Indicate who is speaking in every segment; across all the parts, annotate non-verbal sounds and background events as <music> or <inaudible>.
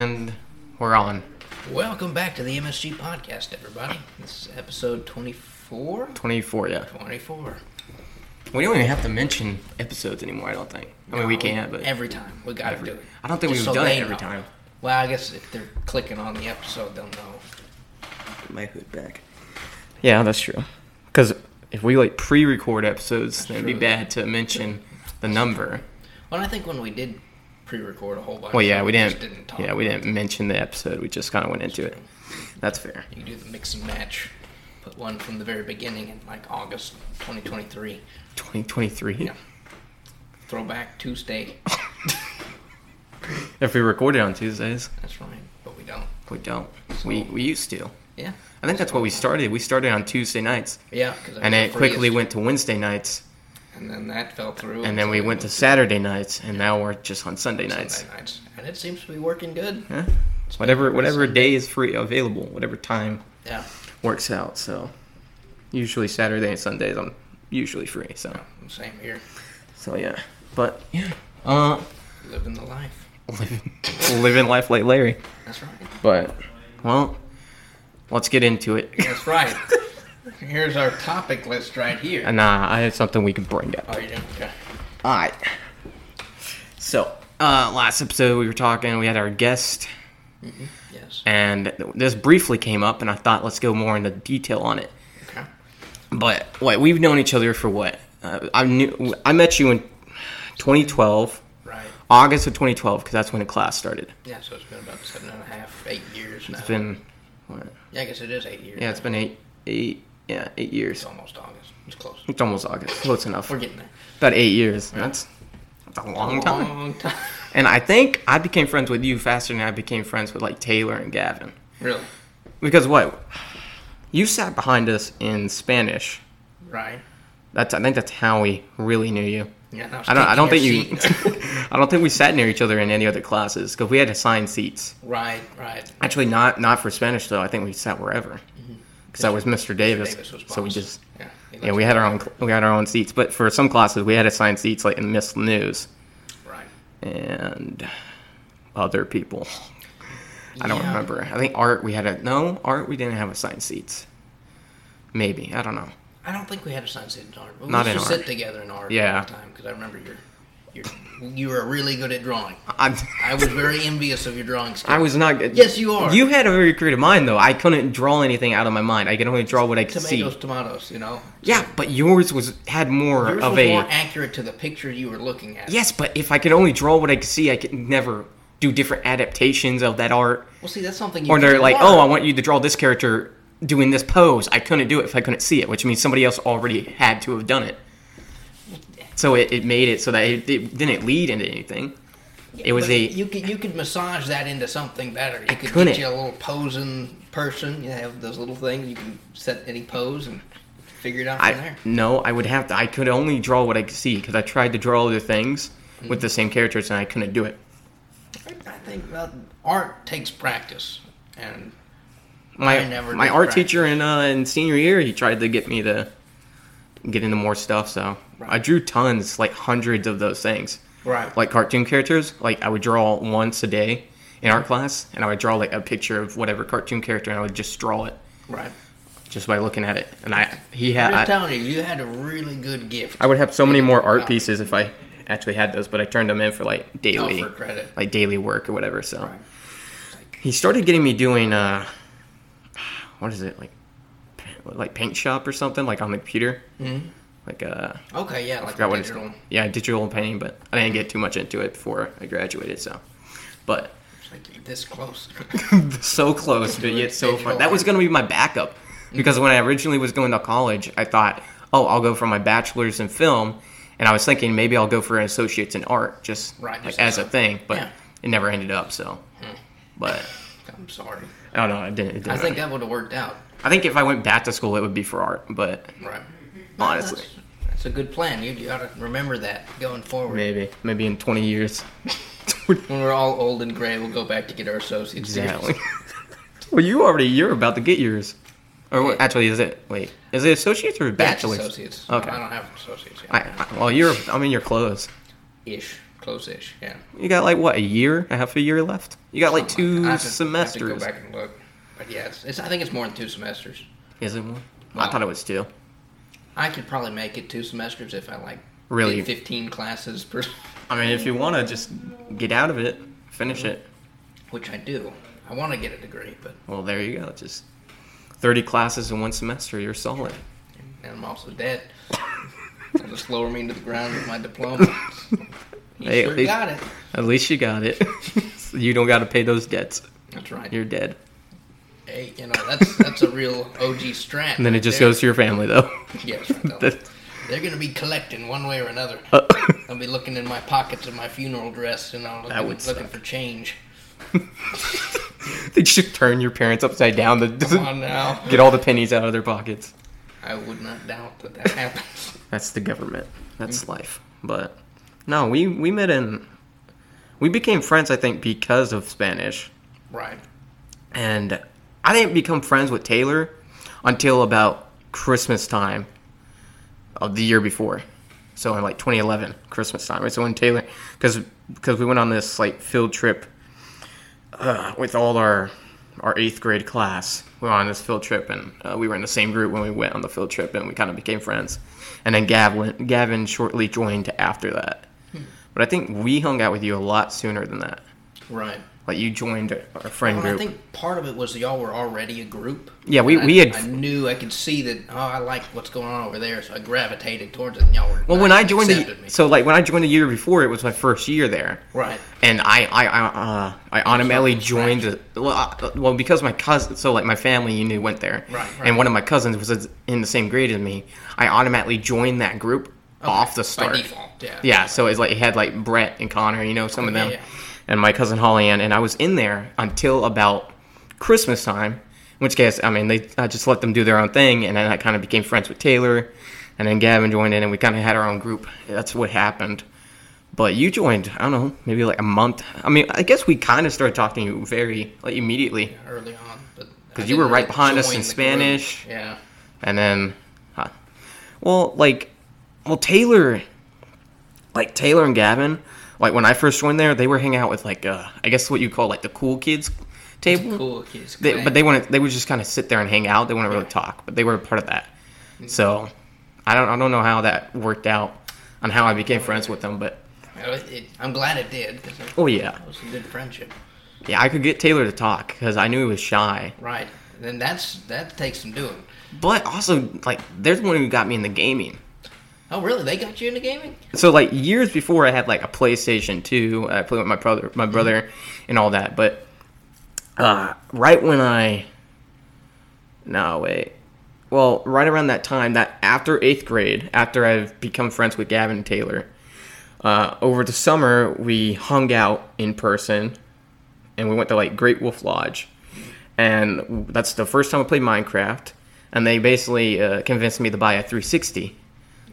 Speaker 1: And we're on.
Speaker 2: Welcome back to the MSG podcast, everybody. This is episode 24?
Speaker 1: 24, yeah.
Speaker 2: 24.
Speaker 1: We don't even have to mention episodes anymore, I don't think. I mean, we can, but
Speaker 2: Every time. We gotta
Speaker 1: Every-
Speaker 2: do it.
Speaker 1: I don't think we've
Speaker 2: so
Speaker 1: done it
Speaker 2: they
Speaker 1: every
Speaker 2: know.
Speaker 1: time.
Speaker 2: Well, I guess if they're clicking on the episode, they'll know.
Speaker 1: my hood back. Yeah, that's true. Because if we like pre-record episodes, then it'd be
Speaker 2: true.
Speaker 1: bad to mention the number.
Speaker 2: Well, I think when we did pre record a whole bunch,
Speaker 1: Well, yeah, we
Speaker 2: just
Speaker 1: didn't.
Speaker 2: didn't talk.
Speaker 1: yeah, we didn't mention the episode. We just kind of went into it. That's fair.
Speaker 2: You do the mix and match. Put one from the very beginning in like August 2023.
Speaker 1: 2023.
Speaker 2: Yeah. Throwback Tuesday.
Speaker 1: If we recorded on Tuesdays,
Speaker 2: That's right. But we don't.
Speaker 1: we don't. We we used to.
Speaker 2: Yeah.
Speaker 1: I think that's what we started. We started on Tuesday nights,
Speaker 2: Yeah. 'cause that
Speaker 1: and
Speaker 2: was
Speaker 1: then it
Speaker 2: the
Speaker 1: quickly
Speaker 2: freest.
Speaker 1: went to Wednesday nights,
Speaker 2: And then that fell through.
Speaker 1: and then we went to Saturday nights, and now we're just on Sunday nights.
Speaker 2: Sunday nights. And it seems to be working good.
Speaker 1: Yeah. Whatever whatever day is free available, whatever time
Speaker 2: Yeah.
Speaker 1: works out. So usually Saturday and Sundays I'm usually free. So
Speaker 2: Same here.
Speaker 1: so yeah. But yeah. Uh,
Speaker 2: Living the life.
Speaker 1: living, living life like Larry.
Speaker 2: That's right.
Speaker 1: But well, let's get into it. <laughs>
Speaker 2: That's right. Here's our topic list right here.
Speaker 1: nah, uh, I had something we could bring up.
Speaker 2: Oh, you don't? Okay.
Speaker 1: All right. So uh, last episode we were talking. We had our guest,
Speaker 2: Mm-hmm. Yes.
Speaker 1: and this briefly came up, and I thought let's go more into detail on it.
Speaker 2: Okay.
Speaker 1: But what we've known each other for what? Uh, I knew I met you in 2012,
Speaker 2: Right.
Speaker 1: August of 2012, because that's when the class started.
Speaker 2: Yeah, so it's been about seven and a half, eight years now.
Speaker 1: It's been, what?
Speaker 2: yeah, I guess it is eight years.
Speaker 1: yeah, it's been eight, eight, yeah, eight
Speaker 2: It's
Speaker 1: years.
Speaker 2: almost August. It's close.
Speaker 1: It's almost August, close enough.
Speaker 2: We're getting there.
Speaker 1: About eight years. That's that's a long time.
Speaker 2: Long
Speaker 1: <laughs>
Speaker 2: time.
Speaker 1: And I think I became friends with you faster than I became friends with like Taylor and Gavin.
Speaker 2: really?
Speaker 1: Because what? You sat behind us in Spanish.
Speaker 2: Right.
Speaker 1: That's I think that's how we really knew you.
Speaker 2: Yeah, that was
Speaker 1: I don't. I don't think
Speaker 2: taking
Speaker 1: you.
Speaker 2: your seat.
Speaker 1: <laughs> I don't think we sat near each other in any other classes because we had assigned seats.
Speaker 2: right, right.
Speaker 1: Actually, not not for Spanish though. I think we sat wherever because that was Mr. Davis.
Speaker 2: Mm-hmm. Davis was boss.
Speaker 1: so we just
Speaker 2: Yeah, he
Speaker 1: yeah
Speaker 2: left
Speaker 1: we had our own cl- we had our own seats. But for some classes, we had assigned seats like in Miss News
Speaker 2: Right.
Speaker 1: and other people. I don't
Speaker 2: Yeah.
Speaker 1: remember. I think art we had a no art we didn't have assigned seats. Maybe I don't know.
Speaker 2: I don't think we had a science in art, but
Speaker 1: Not
Speaker 2: we
Speaker 1: in
Speaker 2: used to
Speaker 1: art.
Speaker 2: sit together in art
Speaker 1: Yeah.
Speaker 2: all the time because I remember your, your, you were really good at drawing.
Speaker 1: I'm,
Speaker 2: I was very envious of your drawing skills.
Speaker 1: I was not good.
Speaker 2: Yes, you are.
Speaker 1: You had a very creative mind though. I couldn't draw anything out of my mind. I could only draw what I could see.
Speaker 2: tomatoes, tomatoes. You know,
Speaker 1: Yeah, but yours was had more
Speaker 2: yours
Speaker 1: of
Speaker 2: was
Speaker 1: a
Speaker 2: more accurate to the picture you were looking at.
Speaker 1: yes. But if I could only draw what I could see, I could never do different adaptations of that art.
Speaker 2: Well, see, that's something. You
Speaker 1: Or they're
Speaker 2: can
Speaker 1: like,
Speaker 2: learn.
Speaker 1: oh, I want you to draw this character doing this pose. I couldn't do it if I couldn't see it, which means somebody else already had to have done it. So it, it made it so that it, it didn't lead into anything. It was
Speaker 2: But
Speaker 1: a
Speaker 2: You could you could massage that into something better. You could
Speaker 1: couldn't.
Speaker 2: get you a little posing person. You have those little things. You can set any pose and figure it out from
Speaker 1: I
Speaker 2: there.
Speaker 1: no, I would have to. I could only draw what I could see because I tried to draw other things
Speaker 2: Hmm.
Speaker 1: with the same characters and I couldn't do it.
Speaker 2: I think that art takes practice, and
Speaker 1: My
Speaker 2: I never
Speaker 1: my
Speaker 2: did
Speaker 1: art
Speaker 2: practice.
Speaker 1: teacher in uh, in senior year, he tried to get me to get into more stuff. So I
Speaker 2: Right.
Speaker 1: drew tons, like hundreds of those things,
Speaker 2: right,
Speaker 1: like cartoon characters. Like I would draw once a day in art class, and I would draw like a picture of whatever cartoon character, and I would just draw it
Speaker 2: right.
Speaker 1: just by looking at it. And I he
Speaker 2: I'm
Speaker 1: had
Speaker 2: just
Speaker 1: I,
Speaker 2: telling you, you had a really good gift.
Speaker 1: I would have so many more art pieces if I actually had those, but I turned them in for like daily
Speaker 2: Oh, for credit.
Speaker 1: like daily work or whatever. So.
Speaker 2: Right.
Speaker 1: he started getting me doing uh what is it like pa- like paint shop or something like on the computer mm-hmm. like uh
Speaker 2: Okay, yeah, like
Speaker 1: forgot what it's
Speaker 2: digital.
Speaker 1: yeah digital painting but i didn't get too much into it before i graduated so but
Speaker 2: It's like this
Speaker 1: <laughs>
Speaker 2: close. Mm-hmm.
Speaker 1: so close but yet so far
Speaker 2: Digital
Speaker 1: that was
Speaker 2: art.
Speaker 1: going to be my backup because when i originally was going to college i thought oh i'll go for my bachelor's in film and i was thinking maybe i'll go for an associate's in art just
Speaker 2: Right,
Speaker 1: like,
Speaker 2: just
Speaker 1: as
Speaker 2: as
Speaker 1: a
Speaker 2: a-
Speaker 1: thing but
Speaker 2: yeah.
Speaker 1: it never ended up so but
Speaker 2: I'm sorry.
Speaker 1: i don't know Oh, it didn't, it didn't
Speaker 2: I think that would have worked out.
Speaker 1: I think if I went back to school, it would be for art, but
Speaker 2: Right.
Speaker 1: Honestly.
Speaker 2: That's, that's a good plan. You, you ought to remember that going forward.
Speaker 1: maybe, maybe in 20 years. <laughs>
Speaker 2: When we're all old and gray, we'll go back to get our associates. <laughs>
Speaker 1: exactly. <laughs> well, you already, you're about to get yours. Or what, actually, is it, wait, is it associates or bachelor's?
Speaker 2: Bachelor's associates.
Speaker 1: Okay.
Speaker 2: I don't have associates yet.
Speaker 1: I, I, well, you're, I mean, you're close.
Speaker 2: Ish. close-ish. Yeah.
Speaker 1: You got like what a year, a half a year left. You got like
Speaker 2: Something
Speaker 1: two
Speaker 2: that. I have to- I have
Speaker 1: semesters.
Speaker 2: to go back and look, but yeah, it's, it's, I think it's more than two semesters.
Speaker 1: Is it one? I
Speaker 2: Well-
Speaker 1: thought it was two.
Speaker 2: I could probably make it two semesters if I like
Speaker 1: Really?
Speaker 2: did fifteen classes per,
Speaker 1: I mean, if you want to just get out of it, finish it.
Speaker 2: which I do. I want to get a degree, but
Speaker 1: Well, there you go. Just thirty classes in one semester. You're solid.
Speaker 2: and I'm also dead. It'll just lower me into the ground with
Speaker 1: <laughs>
Speaker 2: my diploma. you
Speaker 1: Hey, at
Speaker 2: sure
Speaker 1: least-
Speaker 2: got it.
Speaker 1: At least you got it. <laughs> So you don't got to pay those debts.
Speaker 2: That's right.
Speaker 1: You're dead.
Speaker 2: Hey, you know that's that's a real OG strat.
Speaker 1: And then it just goes to your family, though. <laughs>
Speaker 2: Yes, right, though.
Speaker 1: That-
Speaker 2: they're gonna be collecting one way or another.
Speaker 1: uh, <laughs>
Speaker 2: I'll be looking in my pockets of my funeral dress, and I'm looking,
Speaker 1: That would
Speaker 2: looking for
Speaker 1: <laughs>
Speaker 2: change.
Speaker 1: they just turn your parents upside down
Speaker 2: Come
Speaker 1: to
Speaker 2: on now.
Speaker 1: <laughs> get all the pennies out of their pockets.
Speaker 2: I would not doubt that that happens.
Speaker 1: That's the government. That's
Speaker 2: Mm-hmm.
Speaker 1: life. But no, we we met in we became friends I think because of Spanish.
Speaker 2: right.
Speaker 1: And I didn't become friends with Taylor until about Christmas time of the year before. So in like 2011, Christmas time. Right? So when Taylor, because because we went on this like field trip uh, with all our our eighth grade class. We were on this field trip, and uh, we were in the same group when we went on the field trip, and we kind of became friends. And then Gavin Gavin shortly joined after that.
Speaker 2: Hmm.
Speaker 1: But I think we hung out with you a lot sooner than that.
Speaker 2: Right.
Speaker 1: Like you joined our friend
Speaker 2: Well,
Speaker 1: group.
Speaker 2: I think part of it was y'all were already a group.
Speaker 1: Yeah, we-
Speaker 2: And I,
Speaker 1: we had-
Speaker 2: I knew I could see that. Oh, I like what's going on over there, so I gravitated towards it. and Y'all were
Speaker 1: Well, when
Speaker 2: nice
Speaker 1: I
Speaker 2: and
Speaker 1: joined the
Speaker 2: accepted me.
Speaker 1: so like when I joined the year before, it was my first year there,
Speaker 2: right.
Speaker 1: and I I I, uh, I automatically joined the well I, well because my cousin so like my family you knew went there,
Speaker 2: Right,
Speaker 1: And
Speaker 2: right.
Speaker 1: one of my cousins was in the same grade as me. I automatically joined that group off the
Speaker 2: By
Speaker 1: start.
Speaker 2: default, yeah.
Speaker 1: Yeah, so it's like it had like Brett and Connor, you know, some of
Speaker 2: Yeah,
Speaker 1: them,
Speaker 2: yeah.
Speaker 1: and my cousin Holly Ann, and I was in there until about Christmas time. In which case, I mean, they I just let them do their own thing, and then I kind of became friends with Taylor, and then Gavin joined in, and we kind of had our own group. That's what happened. But you joined, I don't know, maybe like a month. I mean, I guess we kind of started talking to you very like immediately,
Speaker 2: Early on, but I
Speaker 1: 'Cause you
Speaker 2: didn't
Speaker 1: were right
Speaker 2: really
Speaker 1: behind us
Speaker 2: join
Speaker 1: in
Speaker 2: the
Speaker 1: Spanish.
Speaker 2: group. Yeah.
Speaker 1: and then, huh. well, like, well, Taylor, like Taylor and Gavin, like when I first joined there, they were hanging out with like, uh, I guess what you call like the cool kids table.
Speaker 2: Cool kids.
Speaker 1: They,
Speaker 2: clan.
Speaker 1: but they want to. They would just kind of sit there and hang out. They wouldn't really talk, but they were a part of that.
Speaker 2: Mm-hmm.
Speaker 1: So I don't. I don't know how that worked out on how I became friends with them. But
Speaker 2: Well, it- it- I'm glad it did because it
Speaker 1: oh yeah,
Speaker 2: was a good friendship.
Speaker 1: yeah. I could get Taylor to talk because I knew he was shy.
Speaker 2: Right. Then that's that takes some doing.
Speaker 1: But also, like, they're the one who got me in the gaming.
Speaker 2: Oh, really? They got you into gaming?
Speaker 1: So like years before, I had like a PlayStation Two. I played with my brother, my brother, and all that. But uh, right when I, no wait, well, right around that time, that after eighth grade, after I've become friends with Gavin and Taylor, uh, over the summer we hung out in person, and we went to like Great Wolf Lodge, and that's the first time I played Minecraft. And they basically uh, convinced me to buy a 360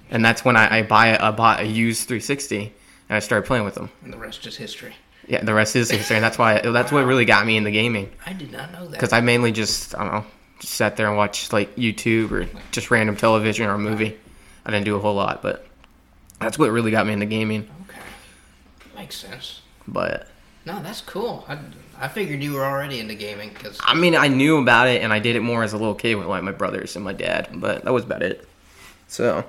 Speaker 1: and that's when I, I buy a, I bought a used 360 and I started playing with them.
Speaker 2: And the rest is history.
Speaker 1: Yeah, the rest is history. And that's why that's what really got me into gaming
Speaker 2: I did not know that.
Speaker 1: because I mainly just I don't know just sat there and watched like YouTube or just random television or a movie. I didn't do a whole lot, but that's what really got me into gaming.
Speaker 2: okay. Makes sense.
Speaker 1: But
Speaker 2: No, that's cool. I, I figured you were already into gaming because
Speaker 1: I mean, I knew about it and I did it more as a little kid with like my brothers and my dad, but that was about it. So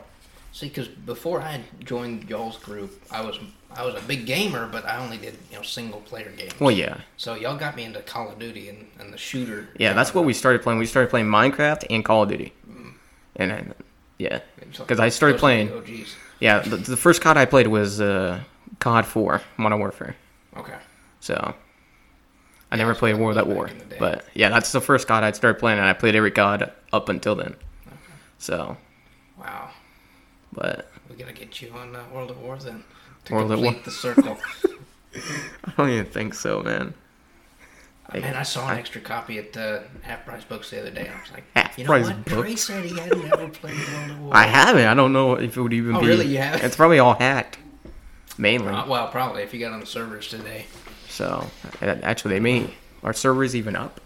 Speaker 2: see, because before I joined y'all's group, I was I was a big gamer, but I only did you know single player games.
Speaker 1: well, yeah,
Speaker 2: So y'all got me into Call of Duty and, and the shooter.
Speaker 1: yeah, that's what we started playing. We started playing Minecraft and Call of Duty, and then, yeah, because I started
Speaker 2: Those are
Speaker 1: playing.
Speaker 2: the OGs.
Speaker 1: Yeah, the, the first COD I played was uh, COD 4, Modern Warfare.
Speaker 2: Okay.
Speaker 1: So I never played War Without War,
Speaker 2: in the day.
Speaker 1: but yeah, that's the first COD I started playing, and I played every COD up until then. So,
Speaker 2: Wow.
Speaker 1: but
Speaker 2: We gotta get you on uh, World at War then to
Speaker 1: World at
Speaker 2: complete
Speaker 1: War. <laughs>
Speaker 2: the circle.
Speaker 1: I don't even think so, man.
Speaker 2: Man, I saw an extra copy at uh, Half Price Books the other day. I was like,
Speaker 1: Half
Speaker 2: you know
Speaker 1: Price
Speaker 2: what? Trey
Speaker 1: Books?
Speaker 2: said he had never played World at
Speaker 1: <laughs>
Speaker 2: War.
Speaker 1: I haven't. I don't know if it would even
Speaker 2: Oh,
Speaker 1: be.
Speaker 2: really? You haven't?
Speaker 1: It's probably all hacked, mainly.
Speaker 2: Uh, well, probably if you got on the servers today.
Speaker 1: So a- actually, they may. Are servers even up?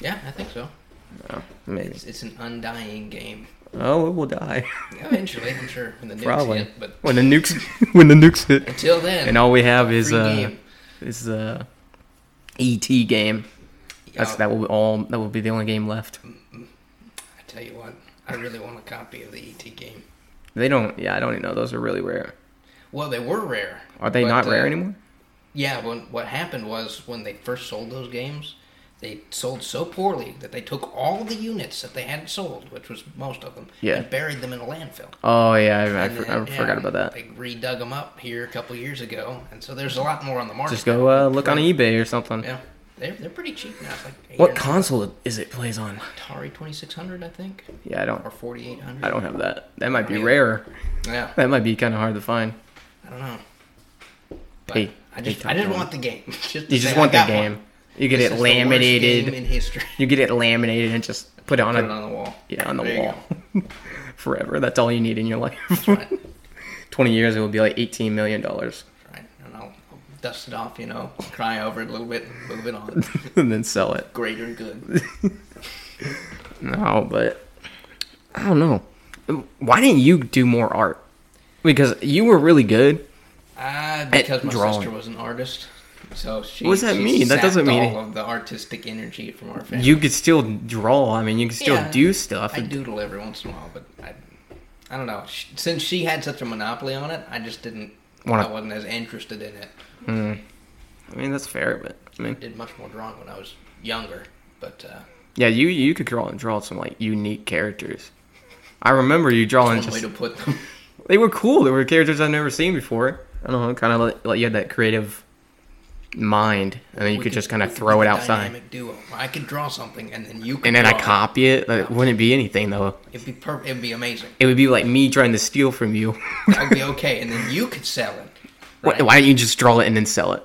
Speaker 2: Yeah, I think so.
Speaker 1: No, Oh, maybe. <laughs>
Speaker 2: It's, it's an undying game.
Speaker 1: Oh, it will die. <laughs>
Speaker 2: Eventually, I'm sure, when the nukes
Speaker 1: Probably.
Speaker 2: hit. But
Speaker 1: When the nukes <laughs> when the nukes hit.
Speaker 2: until then,
Speaker 1: And all we have is
Speaker 2: free
Speaker 1: uh
Speaker 2: game.
Speaker 1: is uh ET game. That's
Speaker 2: y'all-
Speaker 1: that will be all that will be the only game left.
Speaker 2: I tell you what, I really want a copy of the ET game.
Speaker 1: They don't yeah, I don't even know. Those are really rare.
Speaker 2: Well, they were rare.
Speaker 1: Are they
Speaker 2: but,
Speaker 1: not rare
Speaker 2: uh,
Speaker 1: anymore?
Speaker 2: Yeah, when, what happened was when they first sold those games, they sold so poorly that they took all the units that they hadn't sold, which was most of them,
Speaker 1: Yeah.
Speaker 2: and buried them in a landfill.
Speaker 1: Oh yeah, I, I,
Speaker 2: And
Speaker 1: for-
Speaker 2: then,
Speaker 1: I forgot
Speaker 2: yeah,
Speaker 1: about that.
Speaker 2: They redug them up here a couple years ago, and so there's a lot more on the market.
Speaker 1: Just go uh, look on eBay or something.
Speaker 2: Yeah, they're, they're pretty cheap now. It's like eight
Speaker 1: What
Speaker 2: or-
Speaker 1: console is it plays on?
Speaker 2: Atari 2600, I think,
Speaker 1: Yeah, I don't
Speaker 2: or 4800.
Speaker 1: I don't have that. That might be
Speaker 2: Really?
Speaker 1: rare.
Speaker 2: Yeah,
Speaker 1: That might be kind of hard to find.
Speaker 2: I don't know. But
Speaker 1: Hey,
Speaker 2: I
Speaker 1: hey,
Speaker 2: just I just
Speaker 1: Tom.
Speaker 2: want the game. <laughs> Just
Speaker 1: You just want the game. You get it
Speaker 2: game in
Speaker 1: laminated.
Speaker 2: history.
Speaker 1: <laughs> You get it laminated and just put it on
Speaker 2: Put
Speaker 1: a
Speaker 2: it on the wall.
Speaker 1: yeah on the
Speaker 2: There you
Speaker 1: wall <laughs> forever. That's all you need in your life.
Speaker 2: That's right.
Speaker 1: <laughs> Twenty years, it will be like eighteen million dollars, <laughs>
Speaker 2: Right, and I'll, I'll dust it off, you know, cry over it a little bit, move
Speaker 1: <laughs>
Speaker 2: it on.
Speaker 1: and then sell it.
Speaker 2: Greater
Speaker 1: <laughs>
Speaker 2: good.
Speaker 1: No, but I don't know. Why didn't you do more art? Because you were really good.
Speaker 2: Uh, because my
Speaker 1: drawing.
Speaker 2: sister was an artist, so she.
Speaker 1: What does that
Speaker 2: she
Speaker 1: mean? That
Speaker 2: sapped
Speaker 1: doesn't mean-
Speaker 2: all of the artistic energy from our family.
Speaker 1: You could still draw. I mean, you could still
Speaker 2: Yeah,
Speaker 1: do stuff.
Speaker 2: I doodle every once in a while, but I, I don't know. Sh- Since she had such a monopoly on it, I just didn't.
Speaker 1: Wanna-
Speaker 2: I wasn't as interested in it.
Speaker 1: Hmm. I mean, that's fair, but I mean,
Speaker 2: Did much more drawing when I was younger, but uh,
Speaker 1: yeah, you you could draw and draw some like unique characters. I remember you drawing
Speaker 2: one
Speaker 1: just
Speaker 2: way to put
Speaker 1: <laughs>
Speaker 2: them.
Speaker 1: they were cool. They were characters I've never seen before. I don't know, kind of like, like you had that creative mind, and then you
Speaker 2: We
Speaker 1: could, just kind of throw it
Speaker 2: we could
Speaker 1: outside,
Speaker 2: Dynamic duo. I could draw something, and then you. Could
Speaker 1: and then I
Speaker 2: draw it.
Speaker 1: copy it. Like, it wouldn't be anything though.
Speaker 2: It'd be perfect. It'd be amazing.
Speaker 1: It would be like me trying to steal from you. <laughs>
Speaker 2: That would be okay, and then you could sell it
Speaker 1: Why Why don't you just draw it and then sell it?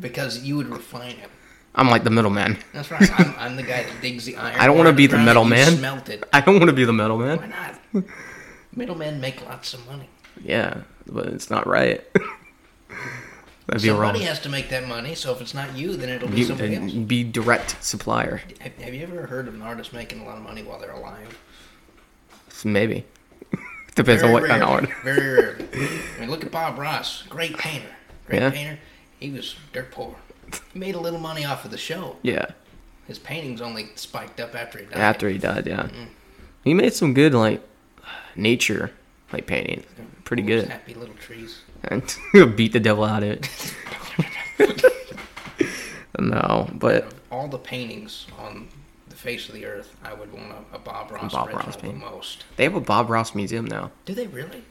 Speaker 2: because you would refine it.
Speaker 1: I'm like the middleman. <laughs>
Speaker 2: That's right. I'm, I'm the guy that digs the iron.
Speaker 1: I don't
Speaker 2: want to
Speaker 1: be the middleman.
Speaker 2: Smelt it.
Speaker 1: I don't want to be the
Speaker 2: Why
Speaker 1: middleman.
Speaker 2: not? Middlemen make lots of money.
Speaker 1: Yeah, but it's not right. <laughs> That'd be
Speaker 2: Somebody
Speaker 1: wrong.
Speaker 2: has to make that money. So if it's not you, then it'll be
Speaker 1: You,
Speaker 2: somebody else.
Speaker 1: be direct supplier,
Speaker 2: Have, have you ever heard of an artist making a lot of money while they're alive?
Speaker 1: maybe. <laughs> Depends on what kind of
Speaker 2: rarely.
Speaker 1: art.
Speaker 2: Very rarely. I mean, look at Bob Ross. Great painter. Great
Speaker 1: Yeah.
Speaker 2: painter. He was dirt poor. He made a little money off of the show.
Speaker 1: Yeah.
Speaker 2: His paintings only spiked up after he died.
Speaker 1: after he died. Yeah, he made some good like nature like paintings, pretty
Speaker 2: Those
Speaker 1: good. <laughs>
Speaker 2: Happy little trees.
Speaker 1: And beat the devil out of it. <laughs> no, but
Speaker 2: all the paintings on the face of the earth, I would want a, a Bob Ross
Speaker 1: Bob
Speaker 2: original
Speaker 1: Ross
Speaker 2: the
Speaker 1: painting.
Speaker 2: most.
Speaker 1: they have a Bob Ross museum now.
Speaker 2: Do they really?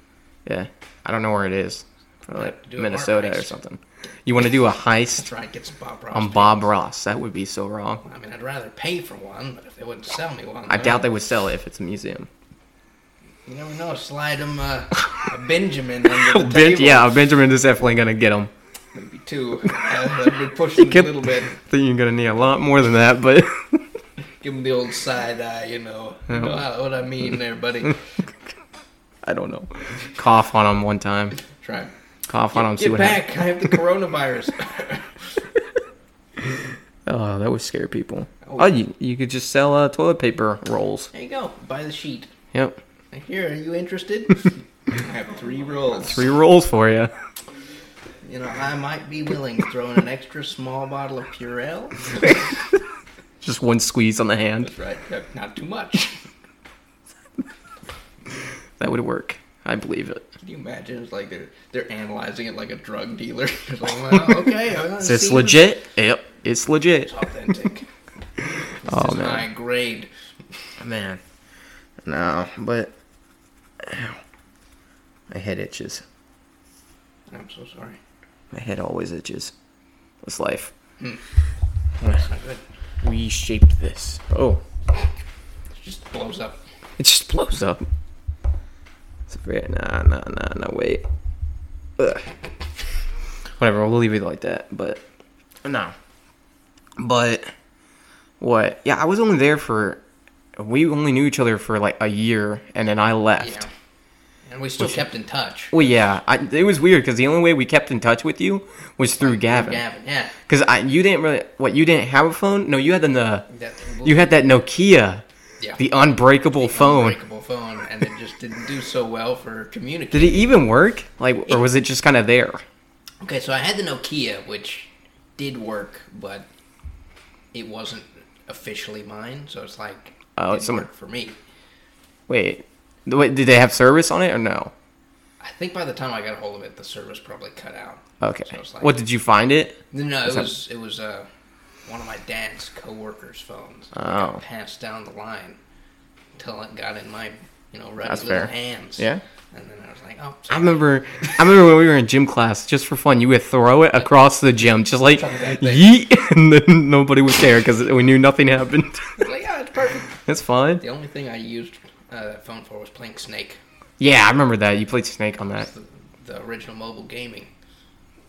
Speaker 1: Yeah, I don't know where it is. Probably
Speaker 2: Have
Speaker 1: like
Speaker 2: to do an art
Speaker 1: Minnesota or
Speaker 2: heist.
Speaker 1: something. You want to do a heist
Speaker 2: Try to get some Bob Ross.
Speaker 1: on Bob Ross? That would be so wrong.
Speaker 2: paintings. I mean, I'd rather pay for one, but if they wouldn't sell me one,
Speaker 1: I doubt
Speaker 2: that.
Speaker 1: they would sell it if it's a museum.
Speaker 2: You never know. Slide
Speaker 1: <laughs>
Speaker 2: them uh, a Benjamin under the
Speaker 1: Ben-
Speaker 2: table.
Speaker 1: yeah, Benjamin is definitely gonna get them.
Speaker 2: maybe two. Uh, that'd be pushing them a little
Speaker 1: <laughs>
Speaker 2: bit.
Speaker 1: I think you're gonna need a lot more than that, but <laughs>
Speaker 2: Give them the old side eye. You know, you know how- what I mean
Speaker 1: <laughs>
Speaker 2: there, buddy.
Speaker 1: I don't know. Cough on him one time.
Speaker 2: Try.
Speaker 1: Cough on him. See
Speaker 2: Get
Speaker 1: what happens.
Speaker 2: back! I have the coronavirus. <laughs>
Speaker 1: Oh, that would scare people.
Speaker 2: Oh,
Speaker 1: Oh,
Speaker 2: yeah.
Speaker 1: you, you could just sell uh, toilet paper rolls.
Speaker 2: there you go. Buy the sheet.
Speaker 1: Yep.
Speaker 2: Here, are you interested? I have three rolls.
Speaker 1: Three rolls for you.
Speaker 2: You know, I might be willing to throw in an extra small bottle of Purell.
Speaker 1: <laughs> Just one squeeze on the hand.
Speaker 2: That's right, uh, not too much.
Speaker 1: That would work. I believe it.
Speaker 2: Can you imagine? It's like they're they're analyzing it like a drug dealer. <laughs> It's like, well, okay, I'm gonna
Speaker 1: So it's
Speaker 2: see
Speaker 1: legit. Yep. It's legit.
Speaker 2: if It's authentic.
Speaker 1: Oh,
Speaker 2: It's
Speaker 1: man.
Speaker 2: high grade.
Speaker 1: Oh, Man. No, but. Ow. My head itches.
Speaker 2: I'm so sorry.
Speaker 1: My head always itches. It's life.
Speaker 2: Hmm. That's not good.
Speaker 1: We shaped this. Oh.
Speaker 2: It just blows up.
Speaker 1: It just blows up. It's very nah nah nah nah wait. Ugh. Whatever, we'll leave it like that. But no. But what? Yeah, I was only there for. We only knew each other for like a year, and then I left.
Speaker 2: Yeah. And we still kept in touch.
Speaker 1: Well, yeah, I, it was weird because the only way we kept in touch with you was through Gavin.
Speaker 2: Gavin, yeah.
Speaker 1: Because I, you didn't really what you didn't have a phone. No, you had the, the
Speaker 2: That,
Speaker 1: you had that Nokia,
Speaker 2: Yeah.
Speaker 1: the unbreakable phone.
Speaker 2: Unbreakable phone, and it just didn't do so well for communicating.
Speaker 1: Did it even work? Like, or was it just kind of there?
Speaker 2: Okay, so I had the Nokia, which did work, but it wasn't officially mine, so it's like
Speaker 1: Oh,
Speaker 2: it
Speaker 1: it's
Speaker 2: didn't
Speaker 1: someone-
Speaker 2: work for me.
Speaker 1: Wait, th- wait, did they have service on it or no?
Speaker 2: I think by the time I got a hold of it, the service probably cut out.
Speaker 1: Okay.
Speaker 2: So it's like-
Speaker 1: what did you find it?
Speaker 2: No, no, it
Speaker 1: not-
Speaker 2: was it was uh, one of my dad's coworkers' phones. It
Speaker 1: Oh.
Speaker 2: got passed down the line until it got in my you know ruddy
Speaker 1: That's
Speaker 2: little
Speaker 1: fair.
Speaker 2: hands.
Speaker 1: Yeah.
Speaker 2: And then I was like, oh,
Speaker 1: I remember, I remember when we were in gym class. Just for fun, you would throw it across the gym, just like yeet, <laughs> and then nobody would care because we knew nothing happened.
Speaker 2: <laughs>
Speaker 1: <laughs>
Speaker 2: like, yeah, it's perfect.
Speaker 1: That's fine.
Speaker 2: The only thing I used uh, that phone for was playing Snake,
Speaker 1: Yeah, I remember that. You played Snake on that.
Speaker 2: the, the original mobile gaming.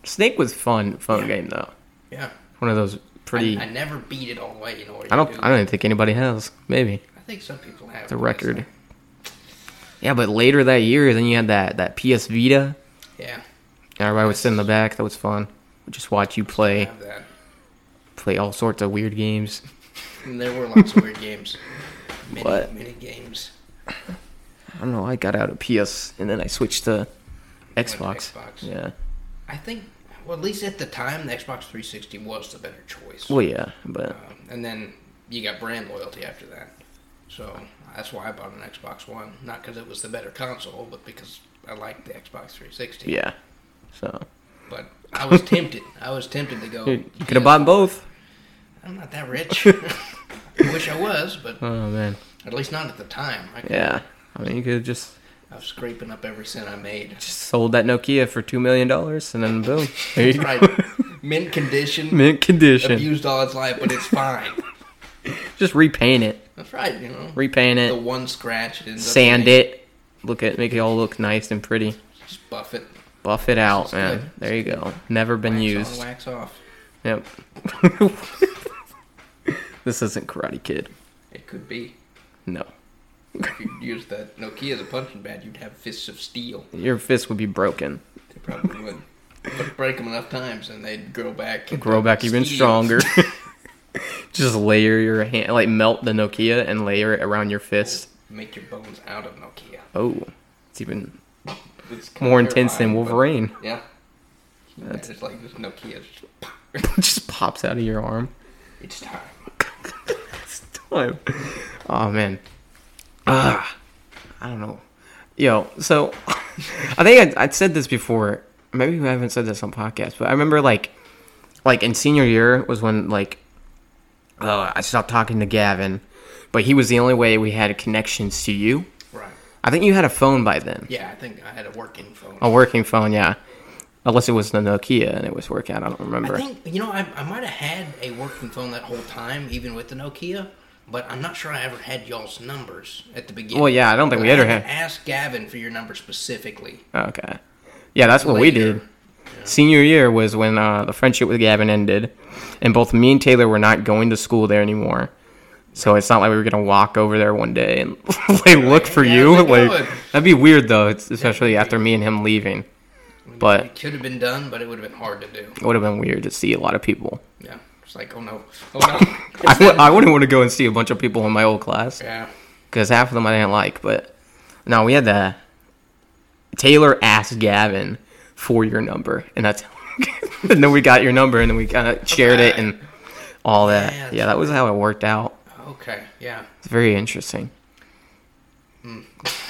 Speaker 1: Snake was fun phone game though.
Speaker 2: Yeah.
Speaker 1: One of those pretty.
Speaker 2: I
Speaker 1: I,
Speaker 2: never beat it all the way. You know. Where you
Speaker 1: don't.
Speaker 2: do.
Speaker 1: I don't even think anybody has. Maybe
Speaker 2: I think some people have
Speaker 1: the
Speaker 2: but it's
Speaker 1: record.
Speaker 2: like-
Speaker 1: Yeah, but later that year, then you had that that PS Vita.
Speaker 2: yeah.
Speaker 1: And everybody would sit in the back. That was fun. We'd just watch you
Speaker 2: I
Speaker 1: play
Speaker 2: have that.
Speaker 1: play all sorts of weird games.
Speaker 2: And there were lots of weird games. Many,
Speaker 1: What?
Speaker 2: Many games.
Speaker 1: I don't know. I got out of PS and then I switched to Xbox.
Speaker 2: Xbox.
Speaker 1: Yeah.
Speaker 2: I think, well, at least at the time, the Xbox 360 was the better choice.
Speaker 1: Well, yeah, but
Speaker 2: Um, and then you got brand loyalty after that. So that's why I bought an Xbox One. Not because it was the better console, but because I liked the Xbox 360.
Speaker 1: yeah. So
Speaker 2: But I was tempted. I was tempted to go.
Speaker 1: you could have bought both.
Speaker 2: I'm not
Speaker 1: <laughs>
Speaker 2: that rich. I wish I was, but
Speaker 1: Oh man.
Speaker 2: at least not at the time. I, could-
Speaker 1: Yeah. I mean, you could have just
Speaker 2: I was scraping up every cent I made.
Speaker 1: just sold that Nokia for two million dollars and then boom, <laughs> there you
Speaker 2: Right.
Speaker 1: go.
Speaker 2: Mint condition.
Speaker 1: Mint condition.
Speaker 2: Abused all its life, but it's fine. <laughs>
Speaker 1: Just repaint it,
Speaker 2: That's right, you know.
Speaker 1: repaint
Speaker 2: the
Speaker 1: it,
Speaker 2: one scratch. It ends up
Speaker 1: sand
Speaker 2: being-
Speaker 1: it, look at make it all look nice and pretty.
Speaker 2: Just buff it.
Speaker 1: Buff it out,
Speaker 2: is
Speaker 1: man.
Speaker 2: good.
Speaker 1: There you go. Never been
Speaker 2: Wax
Speaker 1: used.
Speaker 2: on, wax off.
Speaker 1: Yep. <laughs> this isn't Karate Kid.
Speaker 2: It could be.
Speaker 1: No. <laughs>
Speaker 2: If you used that Nokia as a punching bag, you'd have fists of steel.
Speaker 1: Your fist would be broken.
Speaker 2: They probably would. But break them enough times, and they'd grow back. and
Speaker 1: Grow back even
Speaker 2: steel. <laughs>
Speaker 1: stronger. <laughs> Just layer your hand, like melt the Nokia and layer it around your fist.
Speaker 2: Make your bones out of Nokia.
Speaker 1: Oh, it's even
Speaker 2: It's kinda
Speaker 1: more intense than
Speaker 2: terrifying,
Speaker 1: Wolverine. <laughs>
Speaker 2: but- Yeah. That's it's like this Nokia. just- <laughs>
Speaker 1: Just pops out of your arm.
Speaker 2: It's time.
Speaker 1: time. Oh man. Ah, I don't know. Yo, so <laughs> I think I, I'd said this before. Maybe I haven't said this on podcast, but I remember like, like in senior year was when like, uh, I stopped talking to Gavin, but he was the only way we had connections to you.
Speaker 2: Right.
Speaker 1: I think you had a phone by then,
Speaker 2: Yeah, I think I had a working phone.
Speaker 1: a working phone, yeah. Unless it was the Nokia and it was working. I don't remember.
Speaker 2: I think you know I, I might have had a working phone that whole time, even with the Nokia. But I'm not sure I ever had y'all's numbers at the beginning.
Speaker 1: Well, yeah, I don't think we ever had-
Speaker 2: Ask Gavin for your number specifically.
Speaker 1: Okay. Yeah, that's what we
Speaker 2: Later.
Speaker 1: did. Senior year was when uh, the friendship with Gavin ended, and both me and Taylor were not going to school there anymore. So it's not like we were gonna walk over there one day and <laughs> like look for
Speaker 2: "Hey,
Speaker 1: you.
Speaker 2: how's it
Speaker 1: Like
Speaker 2: going?"
Speaker 1: that'd be weird though, it's, especially after me and him leaving. But
Speaker 2: It could have been done, but it would have been hard to do.
Speaker 1: it would have been weird to see a lot of people.
Speaker 2: Yeah, it's like oh no, oh no.
Speaker 1: <laughs> I, w- I wouldn't want to go and see a bunch of people in my old class.
Speaker 2: <laughs> yeah,
Speaker 1: because half of them I didn't like. But no, we had the Taylor asked Gavin for your number, and that's <laughs> and then we got your number, and then we kind of shared it and all that.
Speaker 2: Yeah,
Speaker 1: yeah, that was how it worked out.
Speaker 2: okay, yeah.
Speaker 1: It's very interesting.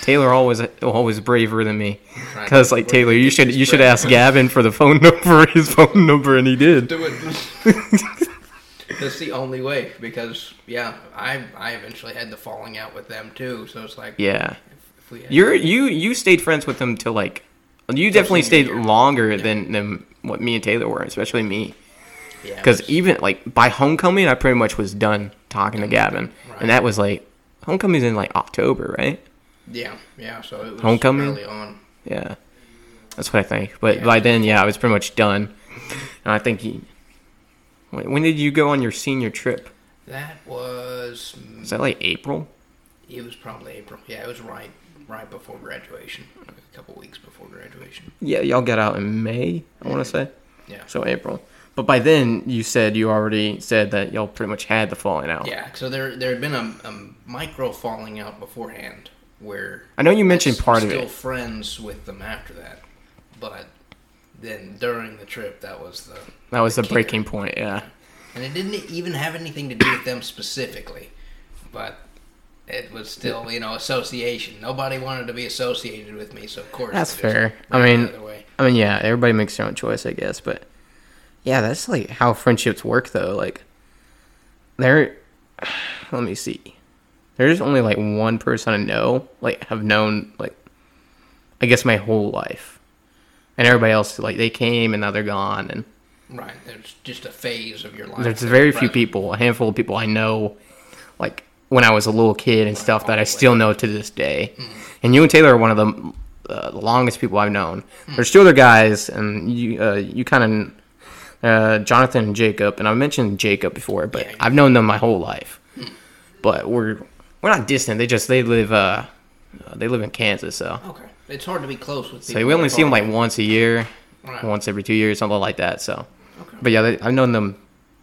Speaker 1: Taylor always always braver than me,
Speaker 2: Right.
Speaker 1: because like Taylor, you should you should ask Gavin for the phone <laughs> number, his phone number, and he did.
Speaker 2: Do it.
Speaker 1: <laughs>
Speaker 2: That's the only way because yeah, I I eventually had the falling out with them too. So it's like
Speaker 1: Yeah,
Speaker 2: if we had,
Speaker 1: you're you you stayed friends with him till like you definitely
Speaker 2: senior
Speaker 1: stayed
Speaker 2: year.
Speaker 1: longer than than what me and Taylor were, especially me.
Speaker 2: yeah, it
Speaker 1: Because
Speaker 2: was-
Speaker 1: even like by homecoming, I pretty much was done talking to Gavin,
Speaker 2: Right.
Speaker 1: and that was like homecoming's in like October, right?
Speaker 2: yeah yeah. So it was
Speaker 1: Homecoming?
Speaker 2: early on.
Speaker 1: Yeah, that's what I think. But by then, yeah, I was pretty much done, and I think he. When, when did you go on your senior trip?
Speaker 2: That was
Speaker 1: Was that like April?
Speaker 2: it was probably April. Yeah, it was right right before graduation. A couple weeks before graduation.
Speaker 1: Yeah, y'all got out in May, I want to say.
Speaker 2: Yeah.
Speaker 1: So April, but by then you said you already said that y'all pretty much had the falling out.
Speaker 2: yeah, so there there had been a, a micro falling out beforehand where
Speaker 1: I know you mentioned
Speaker 2: was
Speaker 1: part of
Speaker 2: still
Speaker 1: it.
Speaker 2: friends with them after that, but then during the trip, that was the
Speaker 1: That was the
Speaker 2: kicker.
Speaker 1: breaking point. Yeah.
Speaker 2: and it didn't even have anything to do with them specifically, but it was still you know association. Nobody wanted to be associated with me, so of course
Speaker 1: That's
Speaker 2: they just
Speaker 1: fair. I
Speaker 2: ran
Speaker 1: mean-
Speaker 2: the other way.
Speaker 1: I mean, yeah, everybody makes their own choice, I guess, but yeah, that's like how friendships work, though. Like, there, <sighs> let me see. There's only like one person I know, like, have known, like, I guess my whole life. And everybody else, like, they came and now they're gone. And
Speaker 2: right? There's just a phase of your life.
Speaker 1: there's
Speaker 2: that
Speaker 1: very few
Speaker 2: present.
Speaker 1: people, a handful of people I know, like, when I was a little kid and stuff that I still know to this day.
Speaker 2: Mm.
Speaker 1: And you and Taylor are one of the, uh, the longest people I've known.
Speaker 2: Mm.
Speaker 1: There's two other guys, and you, uh, you kind of, uh, Jonathan and Jacob, and I mentioned Jacob before, but
Speaker 2: Yeah. Mm.
Speaker 1: I've known them my whole life. But we're, we're not distant. They just, they live, uh, uh, they live in Kansas, so.
Speaker 2: Okay, it's hard to be close with. people
Speaker 1: So we only
Speaker 2: that
Speaker 1: see them
Speaker 2: far.
Speaker 1: like once a year,
Speaker 2: Right.
Speaker 1: once every two years, something like that. So,
Speaker 2: Okay.
Speaker 1: but yeah, they, I've known them.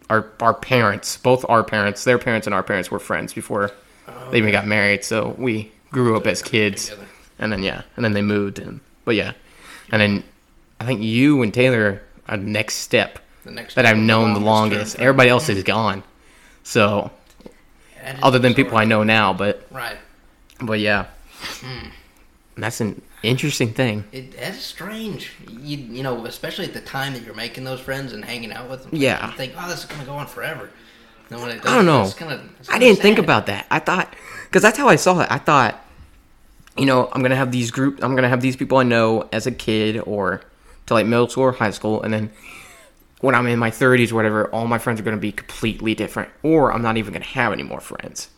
Speaker 1: Our our parents, both our parents, their parents and our parents were friends before they even got married. So we grew up as kids,
Speaker 2: together.
Speaker 1: and then yeah, and then they moved. And but yeah, and then I think you and Taylor are the next step
Speaker 2: the next
Speaker 1: that
Speaker 2: time
Speaker 1: I've
Speaker 2: the
Speaker 1: known the longest.
Speaker 2: term.
Speaker 1: Everybody else is gone. So
Speaker 2: That
Speaker 1: eh,
Speaker 2: is
Speaker 1: other than people
Speaker 2: sort
Speaker 1: I know now, but
Speaker 2: of- right?
Speaker 1: but yeah, that's an interesting thing.
Speaker 2: It, that is strange. You you know, especially at the time that you're making those friends and hanging out with them.
Speaker 1: Yeah.
Speaker 2: You think, oh, this is gonna go on forever. And when it
Speaker 1: I don't
Speaker 2: doesn't,
Speaker 1: know.
Speaker 2: It's kind of,
Speaker 1: I didn't think about that. I thought because that's how I saw it. I thought, you know, I'm gonna have these group. I'm gonna have these people I know as a kid or to like middle school or high school, and then when I'm in my 30s or whatever, all my friends are gonna be completely different, or I'm not even gonna have any more friends.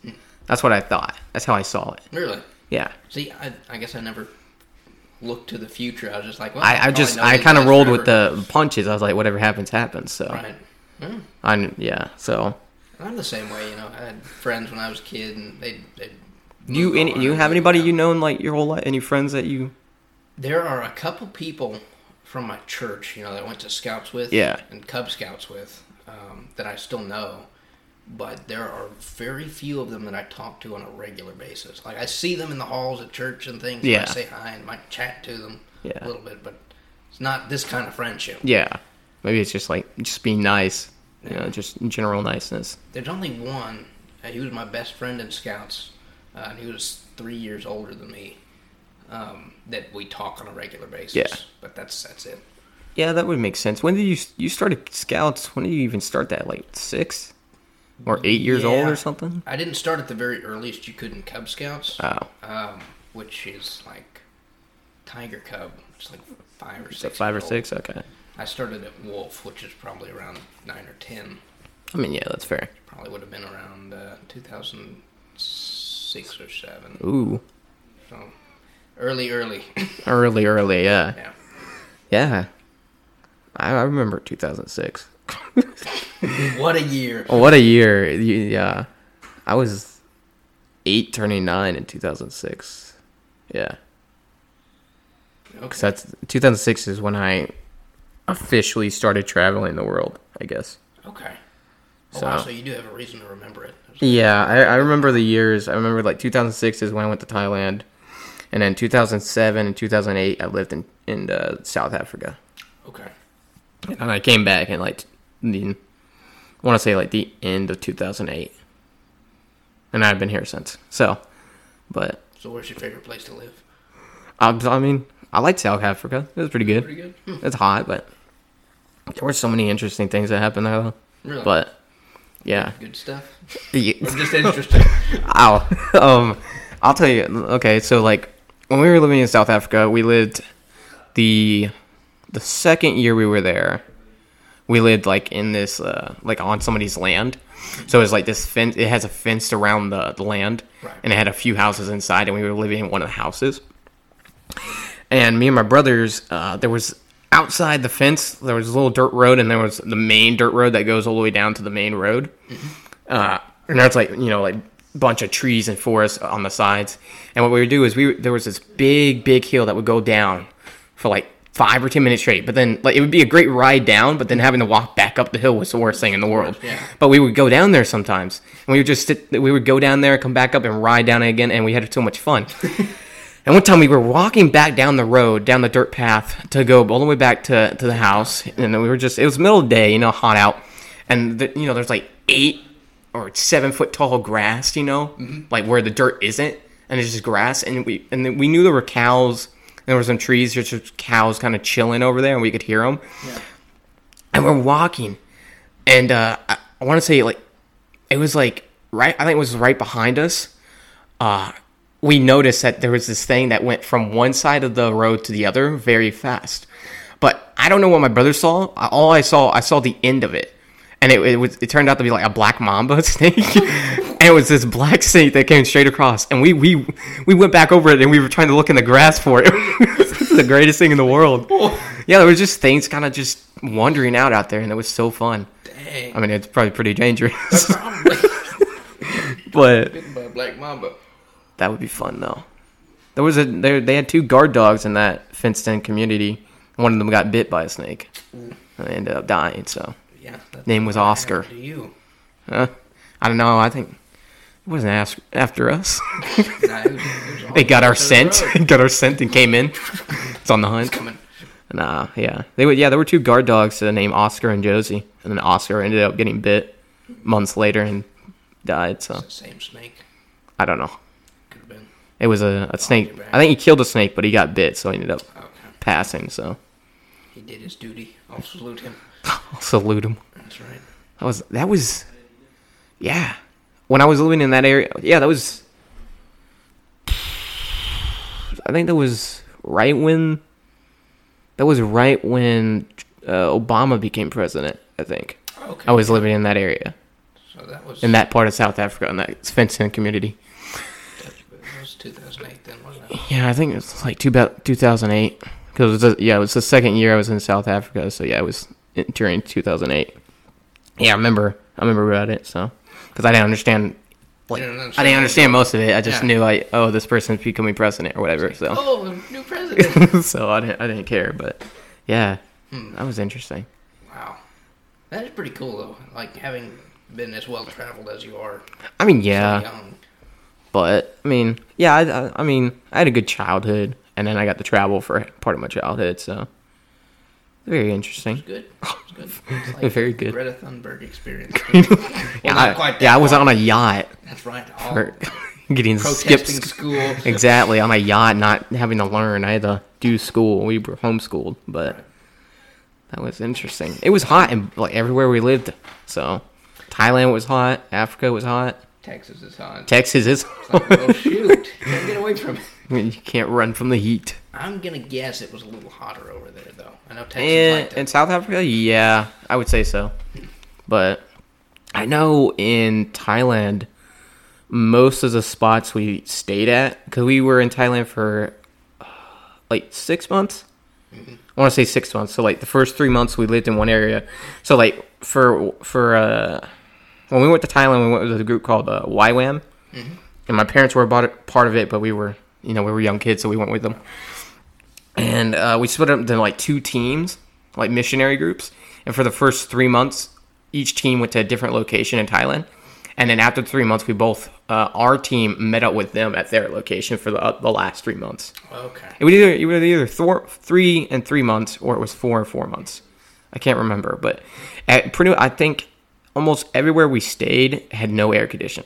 Speaker 1: That's what I thought. That's how I saw it.
Speaker 2: Really?
Speaker 1: Yeah.
Speaker 2: See, I, I guess I never looked to the future. Oh, I was just like, well,
Speaker 1: I, I
Speaker 2: probably
Speaker 1: just
Speaker 2: know
Speaker 1: I
Speaker 2: these
Speaker 1: kind of
Speaker 2: guys
Speaker 1: rolled with
Speaker 2: forever.
Speaker 1: the punches. I was like, whatever happens, happens. So
Speaker 2: Right. Mm.
Speaker 1: I yeah. So
Speaker 2: I'm the same way. You know, I had friends when I was a kid, and they they.
Speaker 1: you
Speaker 2: moved
Speaker 1: any,
Speaker 2: on
Speaker 1: you
Speaker 2: and
Speaker 1: have
Speaker 2: moved
Speaker 1: anybody
Speaker 2: out.
Speaker 1: you know in like your whole life? Any friends that you?
Speaker 2: There are a couple people from my church, you know, that I went to Scouts with,
Speaker 1: Yeah.
Speaker 2: and Cub Scouts with, um, that I still know, but there are very few of them that I talk to on a regular basis. Like I see them in the halls at church and things. and
Speaker 1: Yeah.
Speaker 2: I say hi and might chat to them
Speaker 1: Yeah.
Speaker 2: a little bit, but it's not this kind of friendship.
Speaker 1: Yeah. Maybe it's just like just being nice. You know, just general niceness.
Speaker 2: There's only one. Uh, he was my best friend in Scouts, uh, and he was three years older than me. Um, that we talk on a regular basis.
Speaker 1: Yeah.
Speaker 2: But that's that's it.
Speaker 1: Yeah, that would make sense. When did you you started scouts? When did you even start that? Like six or eight years old
Speaker 2: Yeah.
Speaker 1: or something?
Speaker 2: I didn't start at the very earliest you could in Cub Scouts,
Speaker 1: Oh,
Speaker 2: um, which is like Tiger Cub, which is like five or
Speaker 1: so
Speaker 2: six.
Speaker 1: five or
Speaker 2: years old.
Speaker 1: six. Okay.
Speaker 2: I started at Wolf, which is probably around nine or ten.
Speaker 1: I mean, yeah, that's fair.
Speaker 2: Probably would have been around uh, 2006 or seven.
Speaker 1: Ooh,
Speaker 2: So early, early. <coughs>
Speaker 1: early, early. Yeah,
Speaker 2: yeah.
Speaker 1: yeah. I, I remember 2006.
Speaker 2: What a year.
Speaker 1: <laughs> what a year! You- Yeah, I was eight, turning nine in 2006. Yeah.
Speaker 2: Okay.
Speaker 1: So that's 2006 is when I officially started traveling the world, I guess.
Speaker 2: Okay. Oh,
Speaker 1: So-
Speaker 2: wow, so you do have a reason to remember it.
Speaker 1: Yeah, I, I remember the years. I remember like 2006 is when I went to Thailand, and then 2007 and 2008 I lived in in uh, South Africa,
Speaker 2: Okay.
Speaker 1: and I came back in like the I want to say like the end of 2008, and I've been here since. So, but
Speaker 2: So where's your favorite place to live?
Speaker 1: I, I mean I liked South Africa. It was pretty good.
Speaker 2: Pretty good. Hmm.
Speaker 1: It's hot, but there were so many interesting things that happened there. Though.
Speaker 2: Really?
Speaker 1: But yeah,
Speaker 2: Good stuff. <laughs>
Speaker 1: Yeah.
Speaker 2: I'm just interested.
Speaker 1: <laughs> Ow. <laughs> Um, I'll tell you. Okay, so like when we were living in South Africa, we lived the the second year we were there. We lived like in this uh, like on somebody's land, so it was like this fence. It has a fence around the, the land,
Speaker 2: Right.
Speaker 1: and it had a few houses inside, and we were living in one of the houses. And me and my brothers, uh, there was outside the fence. There was a little dirt road, and there was the main dirt road that goes all the way down to the main road uh, and there's like you know like bunch of trees and forest on the sides and what we would do is we there was this big big hill that would go down for like five or ten minutes straight. But then like it would be a great ride down, but then having to walk back up the hill was the worst thing in the world.
Speaker 2: Yeah.
Speaker 1: But we would go down there sometimes, and we would just sit, we would go down there, come back up, and ride down it again, and we had so much fun. and one time we were walking back down the road, down the dirt path to go all the way back to to the house, and then we were just it was middle of the day, you know, hot out, and the, you know there's like eight or seven foot tall grass, you know, like where the dirt isn't, and it's just grass, and we and then we knew there were cows. and There were some trees, there's just cows kind of chilling over there, and we could hear them and we're walking, and uh, I, I want to say like it was like right. I think it was right behind us. Uh, we noticed that there was this thing that went from one side of the road to the other very fast. But I don't know what my brother saw. I- All I saw, I saw the end of it, and it, it was it turned out to be like a black mamba <laughs> snake, and it was this black snake that came straight across. And we we we went back over it, and we were trying to look in the grass for it. <laughs> This is the greatest thing in the world yeah, there was just things kind of just wandering out out there, and it was so fun.
Speaker 2: Dang.
Speaker 1: I mean, it's probably pretty dangerous, <laughs>
Speaker 2: Probably
Speaker 1: but
Speaker 2: bitten by a black mamba.
Speaker 1: that would be fun though. There was a there they had two guard dogs in that fenced-in community. One of them got bit by a snake and they ended up dying. So
Speaker 2: Yeah. That's
Speaker 1: name was Oscar.
Speaker 2: To you.
Speaker 1: Huh? I don't know. I think it wasn't as- after us. <laughs>
Speaker 2: Nah, it was, it was
Speaker 1: they got our
Speaker 2: on the other
Speaker 1: scent, <laughs>
Speaker 2: road.
Speaker 1: got our scent, and came in. It's on the hunt.
Speaker 2: Coming.
Speaker 1: Nah, yeah, they would. Yeah, there were two guard dogs uh, named Oscar and Josie, and then Oscar ended up getting bit months later and died. So
Speaker 2: It's the same snake.
Speaker 1: I don't know.
Speaker 2: Could have been.
Speaker 1: It was a, a snake. I think he killed a snake, but he got bit, so he ended up
Speaker 2: Okay.
Speaker 1: passing. So
Speaker 2: He did his duty. I'll salute him.
Speaker 1: I'll salute him.
Speaker 2: That's right.
Speaker 1: That was that was, yeah. When I was living in that area, yeah, that was. I think that was right when. That was right when uh, Obama became president. I think
Speaker 2: Okay.
Speaker 1: I was living in that area.
Speaker 2: so that was,
Speaker 1: in that part of South Africa, in that fenced-in community.
Speaker 2: that was 2008 then, wasn't it?
Speaker 1: Yeah, I think it's like two about 2008 because yeah, it was the second year I was in South Africa. So yeah, it was in- during 2008. Yeah, I remember. I remember about it. So because I didn't understand. Like,
Speaker 2: You didn't
Speaker 1: I
Speaker 2: understand
Speaker 1: didn't understand most of it. I just
Speaker 2: Yeah.
Speaker 1: knew like, oh, this person's becoming president or whatever. <laughs> So,
Speaker 2: Oh, the
Speaker 1: <laughs>
Speaker 2: new president.
Speaker 1: so I didn't, I didn't care. But yeah,
Speaker 2: Hmm.
Speaker 1: that was interesting.
Speaker 2: wow. That is pretty cool, though. Like, having been as well traveled as you are,
Speaker 1: I mean, yeah,
Speaker 2: young.
Speaker 1: but I mean, yeah, I, I, I mean, I had a good childhood, and then I got to travel for part of my childhood, so very interesting.
Speaker 2: Good. It's good. It's
Speaker 1: <laughs>
Speaker 2: like
Speaker 1: Very
Speaker 2: the
Speaker 1: good.
Speaker 2: Greta
Speaker 1: <laughs>
Speaker 2: Thunberg experience.
Speaker 1: yeah,
Speaker 2: not
Speaker 1: I,
Speaker 2: quite that
Speaker 1: yeah, I was on a yacht,
Speaker 2: That's right. All
Speaker 1: or <laughs> getting skipped
Speaker 2: protesting school.
Speaker 1: exactly on a yacht, not having to learn. I had to do school. We were homeschooled, but that was interesting. It was hot and like everywhere we lived, so Thailand was hot, Africa was hot,
Speaker 2: Texas is on.
Speaker 1: Texas is. <laughs>
Speaker 2: well, shoot. Can't get away from it.
Speaker 1: you can't run from the heat.
Speaker 2: I'm going to guess it was a little hotter over there, though. I know Texas
Speaker 1: In,
Speaker 2: liked it.
Speaker 1: in South Africa, yeah, I would say so. But I know in Thailand, most of the spots we stayed at, because we were in Thailand for uh, like six months. I want to say six months. So like the first three months we lived in one area. So like for for uh, when we went to Thailand, we went with a group called uh, YWAM,
Speaker 2: Mm-hmm.
Speaker 1: and my parents were about part of it, but we were you know we were young kids, so we went with them and uh, we split up into like two teams, like missionary groups. And for the first three months, each team went to a different location in Thailand. And then after three months, we both, uh, our team met up with them at their location for the, uh, the last three months.
Speaker 2: Okay.
Speaker 1: It was either it was either thor- three and three months, or it was four and four months. I can't remember, but at pretty, I think almost everywhere we stayed had no air condition.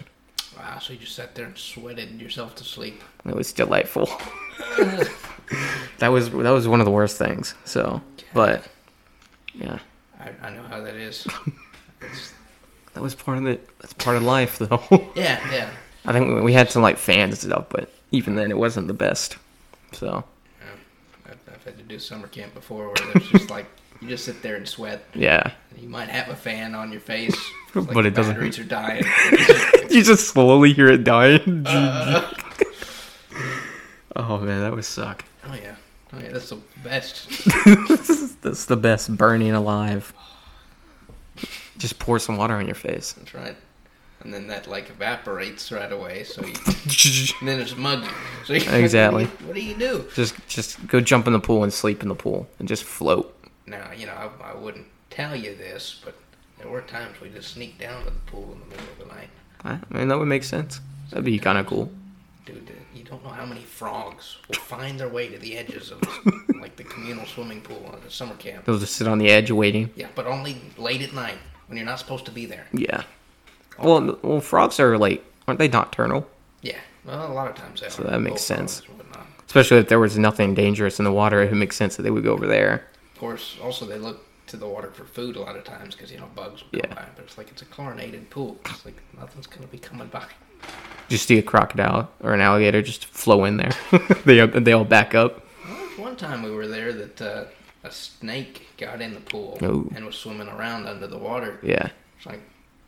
Speaker 2: Wow, so you just sat there and sweated yourself to sleep.
Speaker 1: It was delightful. <laughs> that was that was one of the worst things. So, but yeah.
Speaker 2: I, I know how that is. It's-
Speaker 1: That was part of it. That's part of life, though.
Speaker 2: yeah, yeah.
Speaker 1: <laughs> I think we- we had some like fans and stuff, but even then, it wasn't the best. So
Speaker 2: yeah. I've, I've had to do summer camp before where there's just like, you just sit there and sweat.
Speaker 1: yeah,
Speaker 2: You might have a fan on your face,
Speaker 1: But
Speaker 2: the
Speaker 1: it doesn't-
Speaker 2: Batteries are dying.
Speaker 1: <laughs> <laughs> you just slowly hear it dying. <laughs> oh man, that would suck.
Speaker 2: oh yeah, oh yeah, that's the best.
Speaker 1: That's the best burning alive. Just pour some water on your face. <laughs>
Speaker 2: That's right. and then that like evaporates right away. So you, and then it's muggy. So you, <laughs>
Speaker 1: Exactly.
Speaker 2: what do you do?
Speaker 1: Just just go jump in the pool and sleep in the pool and just float.
Speaker 2: Now you know I, I wouldn't tell you this, but there were times we just sneaked down to the pool in the middle of the night.
Speaker 1: I mean, that would make sense. That'd be kind of cool.
Speaker 2: Dude, you don't know how many frogs will find their way to the
Speaker 1: <laughs>
Speaker 2: edges of like the communal swimming pool at a summer camp.
Speaker 1: They'll just sit on the edge waiting.
Speaker 2: Yeah, but only late at night when you're not supposed to be there.
Speaker 1: Yeah. Well, well, frogs are like aren't they nocturnal?
Speaker 2: Yeah, well, a lot of times that. So
Speaker 1: that makes sense. Especially if there was nothing dangerous in the water, it would make sense that they would go over there.
Speaker 2: Of course, also they look to the water for food a lot of times because you know bugs will come
Speaker 1: Yeah.
Speaker 2: by. But it's like it's a chlorinated pool. It's like nothing's gonna be coming by.
Speaker 1: Just see a crocodile or an alligator just flow in there. <laughs> they they all back up.
Speaker 2: Well, One time we were there that uh, a snake got in the pool
Speaker 1: Ooh.
Speaker 2: and was swimming around under the water.
Speaker 1: Yeah.
Speaker 2: It's like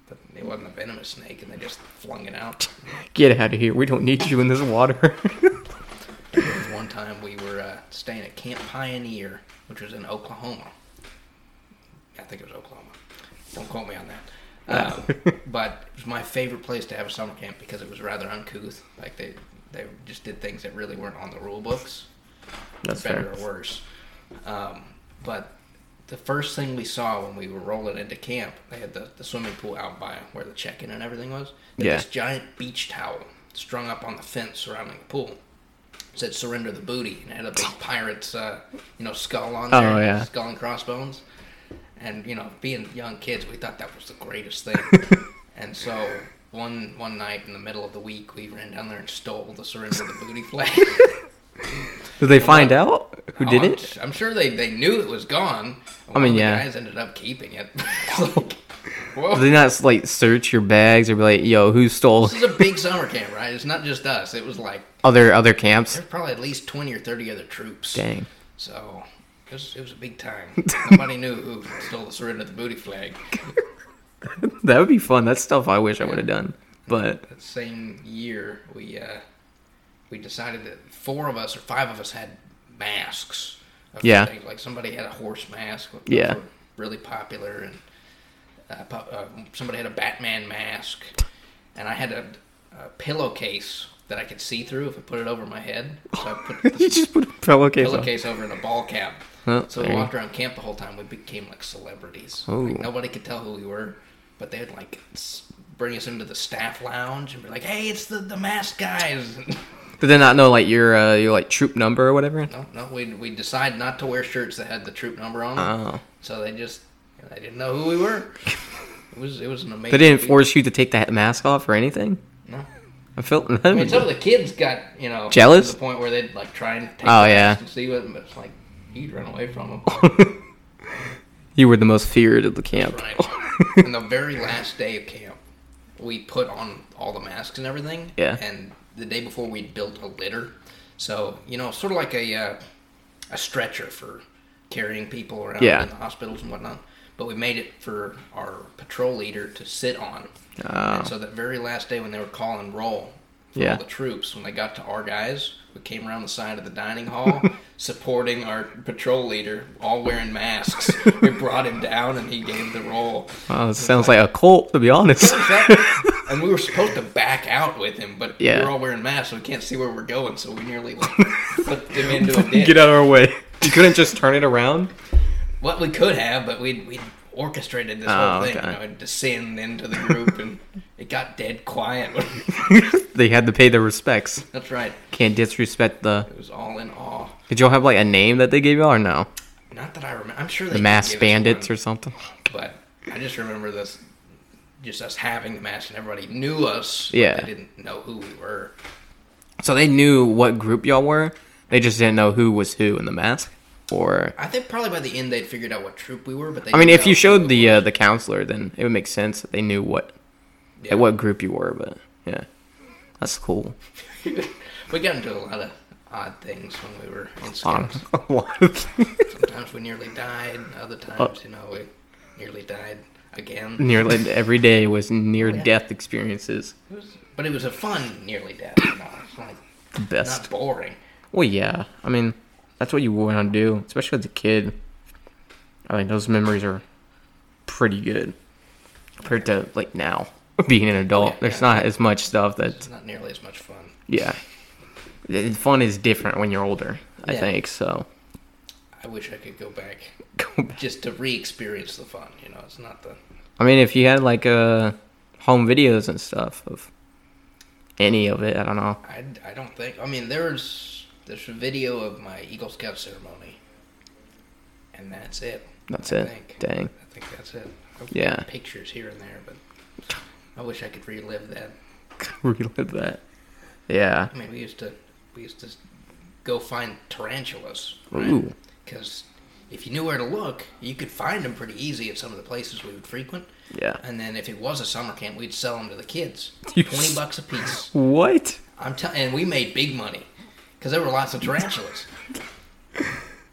Speaker 2: but it wasn't a venomous snake, and they just flung it out.
Speaker 1: Get out of here. We don't need you in this water. <laughs>
Speaker 2: One time we were uh, staying at Camp Pioneer, which was in Oklahoma. I think it was Oklahoma. Don't quote me on that. Um, but it was my favorite place to have a summer camp because it was rather uncouth. Like they they just did things that really weren't on the rule books,
Speaker 1: That's
Speaker 2: better
Speaker 1: fair.
Speaker 2: or worse. Um, but the first thing we saw when we were rolling into camp, they had the, the swimming pool out by where the check in and everything was. They had
Speaker 1: Yeah.
Speaker 2: This giant beach towel strung up on the fence surrounding the pool said surrender the booty and it had a
Speaker 1: <laughs>
Speaker 2: big pirate's uh, you know skull on
Speaker 1: Oh,
Speaker 2: there,
Speaker 1: yeah.
Speaker 2: skull and crossbones. And you know, being young kids, we thought that was the greatest
Speaker 1: <laughs>
Speaker 2: thing. and so one one night in the middle of the week, we ran down there and stole the surrender the
Speaker 1: <laughs>
Speaker 2: booty flag.
Speaker 1: Did they find out who
Speaker 2: Oh,
Speaker 1: did
Speaker 2: I'm,
Speaker 1: it?
Speaker 2: I'm sure they, they knew it was gone.
Speaker 1: I mean,
Speaker 2: One of the
Speaker 1: yeah.
Speaker 2: guys ended up keeping it.
Speaker 1: <laughs>
Speaker 2: <laughs> Like, whoa.
Speaker 1: Did they not like search your bags or be like, "Yo, who stole
Speaker 2: This is a big summer camp, right? It's not just us. It was like
Speaker 1: other other camps?"
Speaker 2: there's probably at least twenty or thirty other troops.
Speaker 1: Dang.
Speaker 2: So it was, it was a big time. Nobody knew who stole the surrender the booty flag.
Speaker 1: That would be fun. That's stuff I wish I would have done. But
Speaker 2: That same year, we uh, we decided that four of us or five of us had masks. of
Speaker 1: Yeah.
Speaker 2: things. Like somebody had a horse mask. which
Speaker 1: Yeah.
Speaker 2: were Really popular, and uh, pop, uh, somebody had a Batman mask, and I had a, a pillowcase that I could see through if I put it over my head. So I put the
Speaker 1: <laughs> you just put a pillowcase on.
Speaker 2: pillowcase over and a ball cap.
Speaker 1: Huh,
Speaker 2: so we
Speaker 1: there you
Speaker 2: walked around camp the whole time. We became like celebrities.
Speaker 1: Ooh.
Speaker 2: Like, nobody could tell who we were, but they'd like s- bring us into the staff lounge and be like, "Hey, it's the the mask guys." <laughs>
Speaker 1: Did they not know like your uh, your like troop number or whatever?
Speaker 2: no, no, we we decide not to wear shirts that had the troop number on them.
Speaker 1: Oh.
Speaker 2: So they just they didn't know who
Speaker 1: <laughs>
Speaker 2: we were. It was it was an amazing.
Speaker 1: They didn't
Speaker 2: feat.
Speaker 1: force you to take that mask off or anything.
Speaker 2: No.
Speaker 1: I felt <laughs>
Speaker 2: I mean, some of the kids got you know
Speaker 1: Jealous?
Speaker 2: to the point where they'd like try and take
Speaker 1: Oh,
Speaker 2: the
Speaker 1: yeah.
Speaker 2: mask and see what, but it's like you'd run away from them.
Speaker 1: <laughs> you were the most feared of the camp.
Speaker 2: Right. and the very last day of camp, we put on all the masks and everything.
Speaker 1: Yeah.
Speaker 2: And the day before, we built a litter. So, you know, sort of like a, uh, a stretcher for carrying people around
Speaker 1: Yeah.
Speaker 2: in the hospitals and whatnot. But we made it for our patrol leader to sit on.
Speaker 1: Oh.
Speaker 2: And so that very last day when they were calling roll for
Speaker 1: Yeah.
Speaker 2: all the troops, when they got to our guys, we came around the side of the
Speaker 1: <laughs>
Speaker 2: dining hall supporting our patrol leader, all wearing masks. we brought him down and he gave the roll.
Speaker 1: <laughs> Wow, it sounds like a cult to be <laughs> honest.
Speaker 2: and we were supposed to back out with him, but
Speaker 1: Yeah.
Speaker 2: we're all wearing masks, so we can't see where we're going, so we
Speaker 1: <laughs>
Speaker 2: nearly like, flipped him into a ditch.
Speaker 1: Get out of our way. You couldn't just turn it around.
Speaker 2: What we could have, but we we orchestrated this
Speaker 1: Oh,
Speaker 2: whole thing,
Speaker 1: okay.
Speaker 2: you know, and descend into the group, and it got dead
Speaker 1: <laughs>
Speaker 2: quiet.
Speaker 1: <laughs> they had to pay their respects.
Speaker 2: That's right.
Speaker 1: Can't disrespect the.
Speaker 2: It was all in awe.
Speaker 1: Did y'all have like a name that they gave y'all or no?
Speaker 2: Not that I remember. I'm sure they
Speaker 1: The
Speaker 2: did
Speaker 1: masked
Speaker 2: give us
Speaker 1: bandits
Speaker 2: one,
Speaker 1: or something.
Speaker 2: but I just remember this, just us having the mask and everybody knew us. but
Speaker 1: Yeah.
Speaker 2: they didn't know who we were.
Speaker 1: So they knew what group y'all were. They just didn't know who was who in the mask. Or
Speaker 2: I think probably by the end they'd figured out what troop we were. But they
Speaker 1: I mean,
Speaker 2: didn't
Speaker 1: if
Speaker 2: know
Speaker 1: you
Speaker 2: who
Speaker 1: showed
Speaker 2: we
Speaker 1: the
Speaker 2: were.
Speaker 1: uh, the counselor, then it would make sense that they knew what
Speaker 2: Yeah.
Speaker 1: at what group you were. But yeah, that's cool.
Speaker 2: <laughs> we got into a lot of odd things when we were in
Speaker 1: On
Speaker 2: scouts. <laughs>
Speaker 1: a lot of things.
Speaker 2: Sometimes we nearly died. Other times, you know, we nearly died again.
Speaker 1: <laughs> nearly every day was near
Speaker 2: yeah.
Speaker 1: death experiences.
Speaker 2: It was- but it was a fun nearly death. You know, it's like
Speaker 1: The best.
Speaker 2: not boring.
Speaker 1: Well, yeah. I mean, that's what you want to do, especially as a kid. I mean, those memories are pretty good compared to like now. <laughs> being an adult.
Speaker 2: Yeah,
Speaker 1: There's
Speaker 2: yeah.
Speaker 1: not as much stuff that
Speaker 2: It's not nearly as much fun.
Speaker 1: yeah. The- the Fun is different when you're older, I
Speaker 2: Yeah.
Speaker 1: think. So <laughs>
Speaker 2: I wish I could go back
Speaker 1: go back.
Speaker 2: just to re-experience the fun. You know, it's not the
Speaker 1: I mean, if you had like uh, home videos and stuff of any of it, I don't know.
Speaker 2: I, I don't think. I mean, there's there's a video of my Eagle Scout ceremony, and that's it.
Speaker 1: That's
Speaker 2: I
Speaker 1: it.
Speaker 2: think.
Speaker 1: Dang.
Speaker 2: I think that's it. I've got
Speaker 1: Yeah.
Speaker 2: Pictures here and there, but I wish I could relive that.
Speaker 1: <laughs> Relive that. Yeah.
Speaker 2: I mean, we used to we used to go find tarantulas.
Speaker 1: Ooh.
Speaker 2: Because if you knew where to look, you could find them pretty easy at some of the places we would frequent.
Speaker 1: Yeah.
Speaker 2: And then if it was a summer camp, we'd sell them to the
Speaker 1: <laughs>
Speaker 2: kids,
Speaker 1: You
Speaker 2: twenty
Speaker 1: s-
Speaker 2: bucks a piece.
Speaker 1: What?
Speaker 2: I'm telling, and we made big money because there were lots of tarantulas.
Speaker 1: <laughs>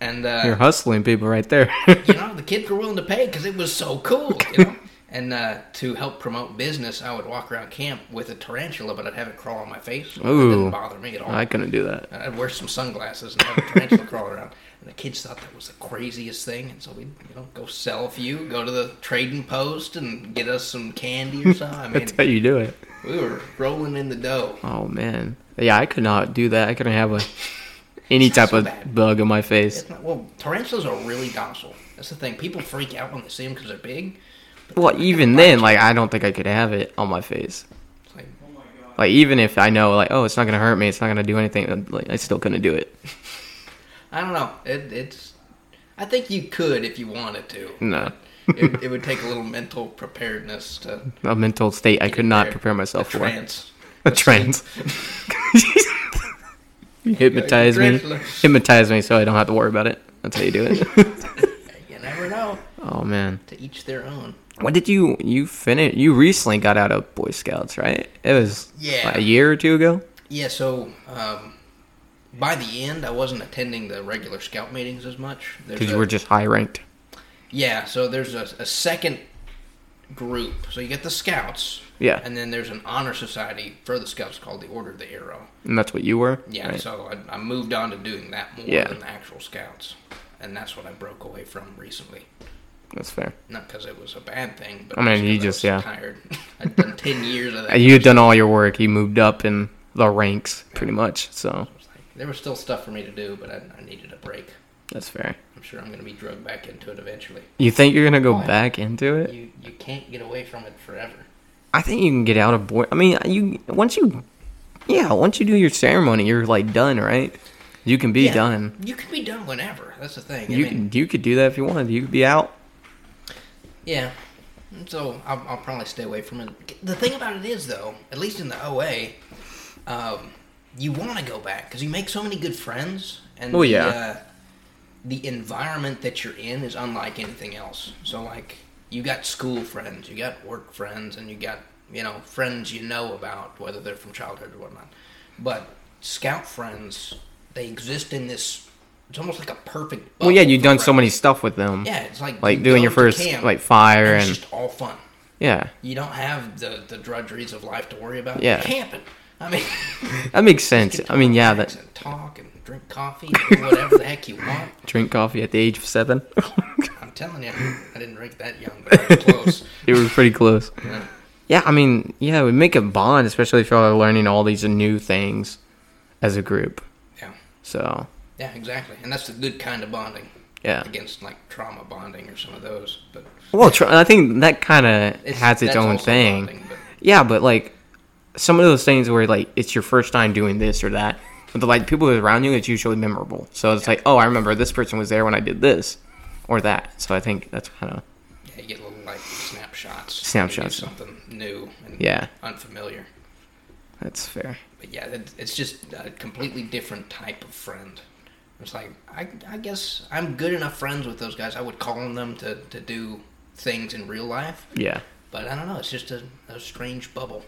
Speaker 2: And uh,
Speaker 1: You're hustling people right there. <laughs>
Speaker 2: you know, the kids were willing to pay because it was so cool,
Speaker 1: <laughs>
Speaker 2: you know. And uh, to help promote business, I would walk around camp with a tarantula, but I'd have it crawl on my face. It
Speaker 1: Ooh.
Speaker 2: didn't bother me at all.
Speaker 1: I couldn't do that.
Speaker 2: And I'd wear some sunglasses and have a tarantula <laughs> crawl around. And the kids thought that was the craziest thing, and so we'd you know go sell a few, go to the trading post, and get us some candy or something. I
Speaker 1: <laughs>
Speaker 2: mean,
Speaker 1: That's how you do it.
Speaker 2: we were rolling in the dough.
Speaker 1: Oh man. Yeah, I could not do that. I couldn't have a any
Speaker 2: It's not
Speaker 1: type
Speaker 2: so
Speaker 1: of
Speaker 2: bad.
Speaker 1: bug in my face.
Speaker 2: It's not, well, tarantulas are really docile. That's the thing. People freak out when they see them because they're big.
Speaker 1: Well, even then, like I don't think I could have it on my face.
Speaker 2: It's like,
Speaker 1: Like even if I know, like oh, it's not gonna hurt me, it's not gonna do anything. Like I still couldn't do it.
Speaker 2: I don't know. It, it's. I think you could if you wanted to.
Speaker 1: No,
Speaker 2: it, it would take a little mental preparedness to.
Speaker 1: <laughs> a mental state I could not
Speaker 2: prepare-
Speaker 1: prepare myself
Speaker 2: a
Speaker 1: for.
Speaker 2: trance.
Speaker 1: A trance. <laughs> you hypnotize me.
Speaker 2: Tarantula.
Speaker 1: Hypnotize me so I don't have to worry about it. That's how you do it.
Speaker 2: <laughs> You never know.
Speaker 1: oh man.
Speaker 2: To each their own.
Speaker 1: What did you you finish? You recently got out of Boy Scouts, right? It was
Speaker 2: Yeah.
Speaker 1: what, a year or two ago.
Speaker 2: Yeah. So. Um, by the end, I wasn't attending the regular scout meetings as much. There's
Speaker 1: Because
Speaker 2: a-
Speaker 1: you were just high ranked.
Speaker 2: Yeah, so there's a, a second group. So you get the scouts.
Speaker 1: Yeah.
Speaker 2: And then there's an honor society for the scouts called the Order of the Arrow.
Speaker 1: And that's what you were?
Speaker 2: Yeah,
Speaker 1: Right.
Speaker 2: so I, I moved on to doing that more
Speaker 1: Yeah.
Speaker 2: than the actual scouts. And that's what I broke away from recently.
Speaker 1: That's fair.
Speaker 2: Not because it was a bad thing, but
Speaker 1: I mean,
Speaker 2: 'cause
Speaker 1: you just-
Speaker 2: was
Speaker 1: yeah.
Speaker 2: tired. <laughs> I'd done
Speaker 1: <laughs>
Speaker 2: 10 years of that.
Speaker 1: And You had done all your work. You moved up in the ranks pretty much. So
Speaker 2: It's like, there was still stuff for me to do, but I, I needed a break.
Speaker 1: that's fair.
Speaker 2: I'm sure I'm going to be drugged back into it eventually.
Speaker 1: You think you're going to go
Speaker 2: Oh, yeah.
Speaker 1: back into it?
Speaker 2: You, you can't get away from it forever.
Speaker 1: I think you can get out of boy. I mean, you once you, yeah, once you do your ceremony, you're like done, right? You can be
Speaker 2: Yeah,
Speaker 1: done.
Speaker 2: You can be done whenever. That's the thing. I
Speaker 1: you
Speaker 2: mean,
Speaker 1: can you could do that if you wanted. You could be out.
Speaker 2: Yeah. So I'll, I'll probably stay away from it. The thing about it is, though, at least in the OA, um, you want to go back because you make so many good friends, and
Speaker 1: Oh,
Speaker 2: the,
Speaker 1: yeah.
Speaker 2: uh, the environment that you're in is unlike anything else. So like, you got school friends, you got work friends, and you got you know friends you know about, whether they're from childhood or whatnot. But scout friends, they exist in this. It's almost like a perfect.
Speaker 1: Well, yeah,
Speaker 2: bubble
Speaker 1: you've
Speaker 2: for
Speaker 1: done so
Speaker 2: friends.
Speaker 1: many stuff with them.
Speaker 2: Yeah, it's like
Speaker 1: like
Speaker 2: you
Speaker 1: doing
Speaker 2: go
Speaker 1: your
Speaker 2: to
Speaker 1: first
Speaker 2: camp,
Speaker 1: like fire
Speaker 2: and it's
Speaker 1: and
Speaker 2: just all fun.
Speaker 1: yeah,
Speaker 2: You don't have the the drudgeries of life to worry about.
Speaker 1: Yeah.
Speaker 2: camping.
Speaker 1: <laughs>
Speaker 2: I mean,
Speaker 1: that makes sense.
Speaker 2: get to
Speaker 1: I mean, yeah,
Speaker 2: relax
Speaker 1: that
Speaker 2: and talk and
Speaker 1: <laughs>
Speaker 2: drink coffee, do whatever the heck you want.
Speaker 1: drink coffee at the age of seven. <laughs>
Speaker 2: I'm telling you, I didn't drink that young, but I was close.
Speaker 1: <laughs> You were pretty close.
Speaker 2: Yeah.
Speaker 1: Yeah, I mean, yeah, we make a bond, especially if y'all are learning all these new things as a group.
Speaker 2: Yeah,
Speaker 1: So,
Speaker 2: yeah, exactly. And that's the good kind of bonding.
Speaker 1: Yeah.
Speaker 2: Against like trauma bonding or some of those, but
Speaker 1: well, tr- I think that kind of
Speaker 2: It's-
Speaker 1: has its
Speaker 2: that's
Speaker 1: own
Speaker 2: also
Speaker 1: thing.
Speaker 2: bonding, but-
Speaker 1: Yeah, but like some of those things where like it's your first time doing this or that, but the like people around you, it's usually memorable. So it's like, oh, I remember this person was there when I did this or that. So I think that's kind of
Speaker 2: yeah, you get little like snapshots.
Speaker 1: Snapshots.
Speaker 2: You do something new and
Speaker 1: Yeah.
Speaker 2: unfamiliar.
Speaker 1: that's fair.
Speaker 2: But yeah, it- it's just a completely different type of friend. It's like I, I guess I'm good enough friends with those guys. I would call on them to, to do things in real life,
Speaker 1: Yeah,
Speaker 2: but I don't know. It's just a, a strange bubble.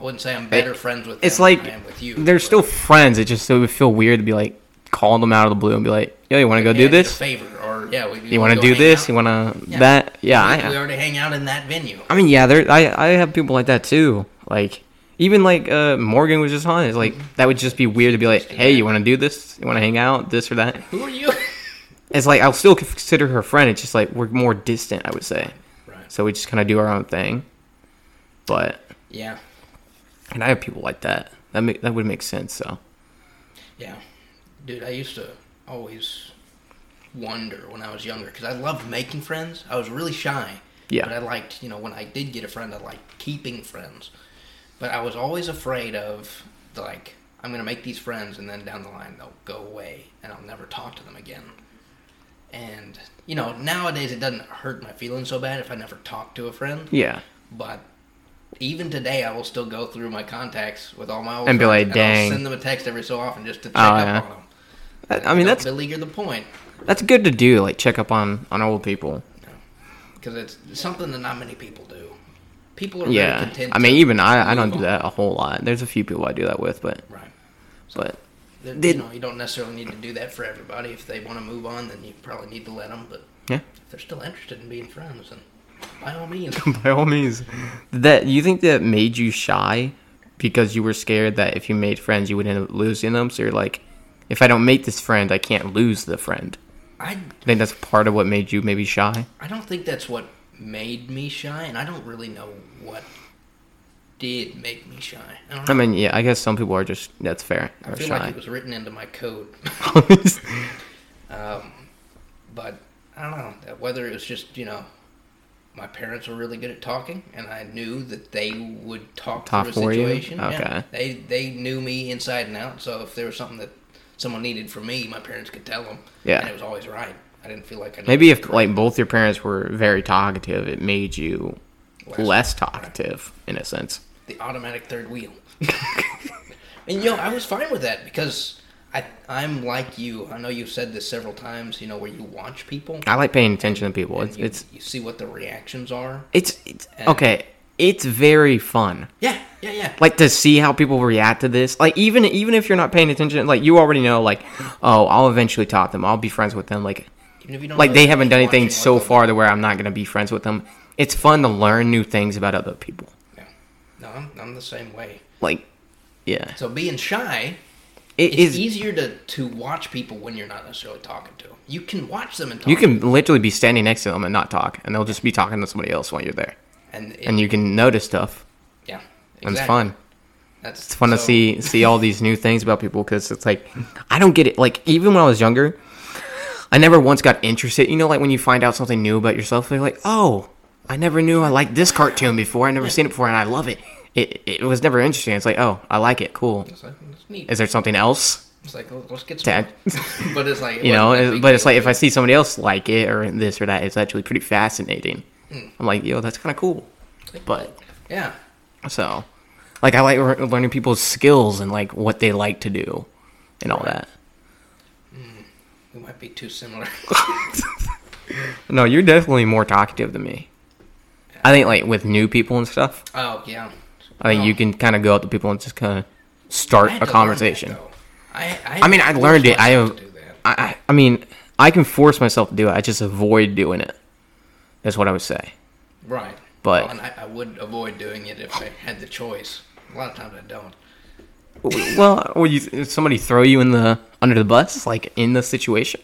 Speaker 2: I wouldn't say I'm better friends with.
Speaker 1: it's
Speaker 2: them than
Speaker 1: like
Speaker 2: I am with you.
Speaker 1: they're
Speaker 2: but-
Speaker 1: still friends. It just it would feel weird to be like calling them out of the blue and be like, yo, you want to go do
Speaker 2: Yeah, I did a
Speaker 1: this?
Speaker 2: favor or yeah, we,
Speaker 1: You want to do this? You want to that? Yeah, I,
Speaker 2: we, we already hang out in that
Speaker 1: <laughs>
Speaker 2: venue.
Speaker 1: I mean, yeah, there. I I have people like that too. Like even like uh, Morgan was just on. It's like that would just be weird to be like, hey, you want to do this? You want to hang out? This or that?
Speaker 2: Who are you? <laughs>
Speaker 1: It's like I'll still consider her a friend. It's just like we're more distant, I would say.
Speaker 2: right.
Speaker 1: So we just kind of do our own thing. But
Speaker 2: Yeah.
Speaker 1: And I have people like that. That make, that would make sense. So
Speaker 2: Yeah. Dude, I used to always wonder when I was younger because I loved making friends. I was really shy.
Speaker 1: Yeah.
Speaker 2: But I liked, you know, when I did get a friend, I liked keeping friends. But I was always afraid of, like, I'm going to make these friends and then down the line they'll go away and I'll never talk to them again. And, you know, nowadays it doesn't hurt my feelings so bad if I never talk to a friend.
Speaker 1: yeah,
Speaker 2: But even today, I will still go through my contacts with all my old
Speaker 1: And be like,
Speaker 2: friends, I'll
Speaker 1: "Dang."
Speaker 2: send them a text every so often just to check
Speaker 1: Oh,
Speaker 2: up
Speaker 1: yeah.
Speaker 2: on them.
Speaker 1: I, I mean
Speaker 2: Don't
Speaker 1: that's
Speaker 2: belabor the point
Speaker 1: that's good to do. Like check up on on old people.
Speaker 2: because it's something that not many people do. People are really
Speaker 1: Yeah,
Speaker 2: content.
Speaker 1: I mean
Speaker 2: to-
Speaker 1: even I I don't do
Speaker 2: move
Speaker 1: that a whole lot. There's a few people I do that with, but
Speaker 2: right. So
Speaker 1: but
Speaker 2: that-
Speaker 1: did-
Speaker 2: you know, you don't necessarily need to do that for everybody. If they want to move on, then you probably need to let them. But
Speaker 1: yeah.
Speaker 2: if they're still interested in being friends, then by
Speaker 1: <laughs>
Speaker 2: all means,
Speaker 1: By all means, that you think that made you shy because you were scared that if you made friends you would end up losing them. So you're like, if I don't make this friend, I can't lose the friend.
Speaker 2: I
Speaker 1: I think that's part of what made you maybe shy.
Speaker 2: I don't think that's what made me shy, and I don't really know what did make me shy. I don't know.
Speaker 1: I mean, yeah, I guess some people are just that's fair.
Speaker 2: I
Speaker 1: Are
Speaker 2: feel like
Speaker 1: shy.
Speaker 2: it was written into my code, <laughs>
Speaker 1: <laughs>
Speaker 2: but I don't know that whether it was just you know my parents were really good at talking, and I knew that they would talk,
Speaker 1: Talk
Speaker 2: through a
Speaker 1: for you?
Speaker 2: situation. Yeah.
Speaker 1: Okay.
Speaker 2: they they knew me inside and out, so if there was something that someone needed from me, my parents could tell them.
Speaker 1: Yeah.
Speaker 2: and it was always right. I didn't feel like I
Speaker 1: Maybe if like both your parents were very talkative, it made you
Speaker 2: Less.
Speaker 1: less, talkative in a sense.
Speaker 2: the automatic
Speaker 1: <laughs>
Speaker 2: third wheel. and yo, I was fine with that because I I'm like you. I know you've said this several times. You know where you watch people.
Speaker 1: I like paying attention to people.
Speaker 2: and
Speaker 1: It's
Speaker 2: you,
Speaker 1: it's
Speaker 2: you see what the reactions are.
Speaker 1: it's, it's
Speaker 2: And-
Speaker 1: okay. It's very fun.
Speaker 2: Yeah, yeah, yeah.
Speaker 1: like to see how people react to this like even even if you're not paying attention like you already know like oh i'll eventually talk to them i'll be friends with them like
Speaker 2: Even if you don't
Speaker 1: like
Speaker 2: know
Speaker 1: they
Speaker 2: them,
Speaker 1: haven't
Speaker 2: just
Speaker 1: done anything
Speaker 2: watching what
Speaker 1: so
Speaker 2: they'll-
Speaker 1: far to where i'm not going to be friends with them it's fun to learn new things about other people
Speaker 2: Yeah. No, I'm, I'm the same way.
Speaker 1: like yeah
Speaker 2: So being shy,
Speaker 1: it
Speaker 2: it's
Speaker 1: is
Speaker 2: easier to to watch people when you're not necessarily talking to them. You can watch them and talk,
Speaker 1: you can literally be standing next to them and not talk and they'll just be talking to somebody else while you're there
Speaker 2: and it,
Speaker 1: and you can notice stuff
Speaker 2: yeah,
Speaker 1: and
Speaker 2: exactly.
Speaker 1: it's fun
Speaker 2: That's
Speaker 1: it's fun to see see all these new things about people because it's like I don't get it. Like even when I was younger, I never once got interested. You know, like when you find out something new about yourself, you're like, oh, I never knew I liked this cartoon before. I never seen it before, and I love it. It it was never interesting. It's like, oh, I like it. Cool.
Speaker 2: It's, like, it's neat.
Speaker 1: Is there something else?
Speaker 2: It's like let- let's get some.
Speaker 1: Dad.
Speaker 2: <laughs>
Speaker 1: <laughs>
Speaker 2: but it's like it
Speaker 1: You know,
Speaker 2: wasn't that
Speaker 1: it-
Speaker 2: big
Speaker 1: but it's
Speaker 2: deal.
Speaker 1: like if I see somebody else like it or this or that, it's actually pretty fascinating. I'm like, yo, that's kind of cool. But
Speaker 2: yeah,
Speaker 1: so, like, I like lear- learning people's skills and like what they like to do, and all that.
Speaker 2: we might be too
Speaker 1: <laughs>
Speaker 2: similar.
Speaker 1: No, you're definitely more talkative than me. I think like with new people and stuff,
Speaker 2: oh yeah.
Speaker 1: I think
Speaker 2: Oh.
Speaker 1: you can kind of go up to people and just kind of
Speaker 2: I
Speaker 1: start
Speaker 2: had
Speaker 1: a
Speaker 2: to learn that,
Speaker 1: conversation.
Speaker 2: though. I, I,
Speaker 1: I mean, I learned it. I
Speaker 2: have
Speaker 1: have. I, I I mean, I can force myself to do it. I just avoid doing it. That's what I would say.
Speaker 2: right,
Speaker 1: but-
Speaker 2: Well, and I, I would avoid doing it if I had the choice. A lot of times I don't.
Speaker 1: well, would you if somebody throw you in the under the bus, like in the situation,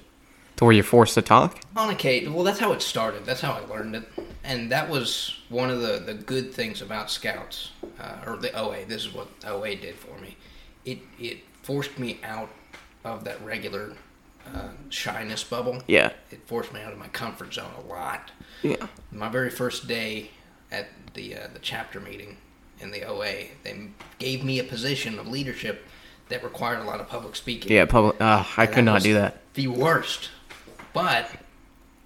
Speaker 1: to where you're forced to talk?
Speaker 2: On occasion, well, that's how it started. That's how I learned it, and that was one of the the good things about scouts uh, or the OA. This is what OA did for me. It it forced me out of that regular uh, shyness bubble.
Speaker 1: Yeah.
Speaker 2: It forced me out of my comfort zone a lot.
Speaker 1: Yeah.
Speaker 2: My very first day at the uh, the chapter meeting in the OA, they gave me a position of leadership that required a lot of public speaking.
Speaker 1: Yeah. Public. Uh, I
Speaker 2: And
Speaker 1: could not
Speaker 2: was
Speaker 1: do that.
Speaker 2: The worst. But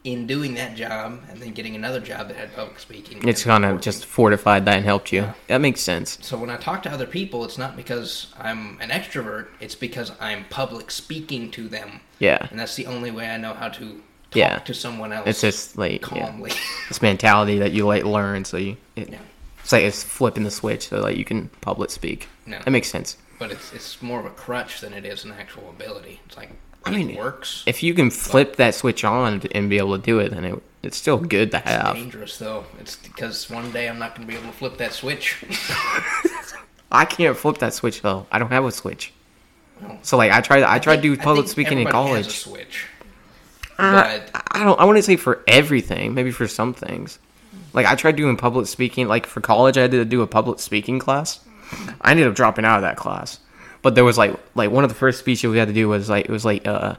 Speaker 2: in doing that job and then getting another job that had public speaking,
Speaker 1: It's
Speaker 2: and
Speaker 1: kind of
Speaker 2: working-
Speaker 1: just fortified that and helped you. That makes sense.
Speaker 2: So when I talk to other people, it's not because I'm an extrovert; it's because I'm public speaking to them.
Speaker 1: Yeah.
Speaker 2: and that's the only way I know how to talk
Speaker 1: Yeah.
Speaker 2: to someone else.
Speaker 1: It's just like yeah.
Speaker 2: calmly. <laughs>
Speaker 1: this mentality that you like learn so you it,
Speaker 2: Yeah.
Speaker 1: it's like it's flipping the switch so like you can public speak
Speaker 2: Yeah.
Speaker 1: that makes sense
Speaker 2: but it's it's more of a crutch than it is an actual ability. It's like
Speaker 1: I
Speaker 2: it
Speaker 1: mean,
Speaker 2: works.
Speaker 1: if you can flip that switch on and be able to do it then it, it's still good to
Speaker 2: It's
Speaker 1: have
Speaker 2: dangerous though. It's because one day I'm not going to be able to flip that switch.
Speaker 1: i can't flip that switch though i don't have a switch
Speaker 2: Well,
Speaker 1: so like i tried i <laughs> tried to do
Speaker 2: Oh. think
Speaker 1: public speaking in
Speaker 2: everybody has a
Speaker 1: college
Speaker 2: switch.
Speaker 1: Uh,
Speaker 2: But
Speaker 1: i don't i wouldn't say for everything maybe for some things Like I tried doing public speaking. Like for college, I had to do a public speaking class. I ended up dropping out of that class. But there was like like one of the first speeches we had to do was like it was like uh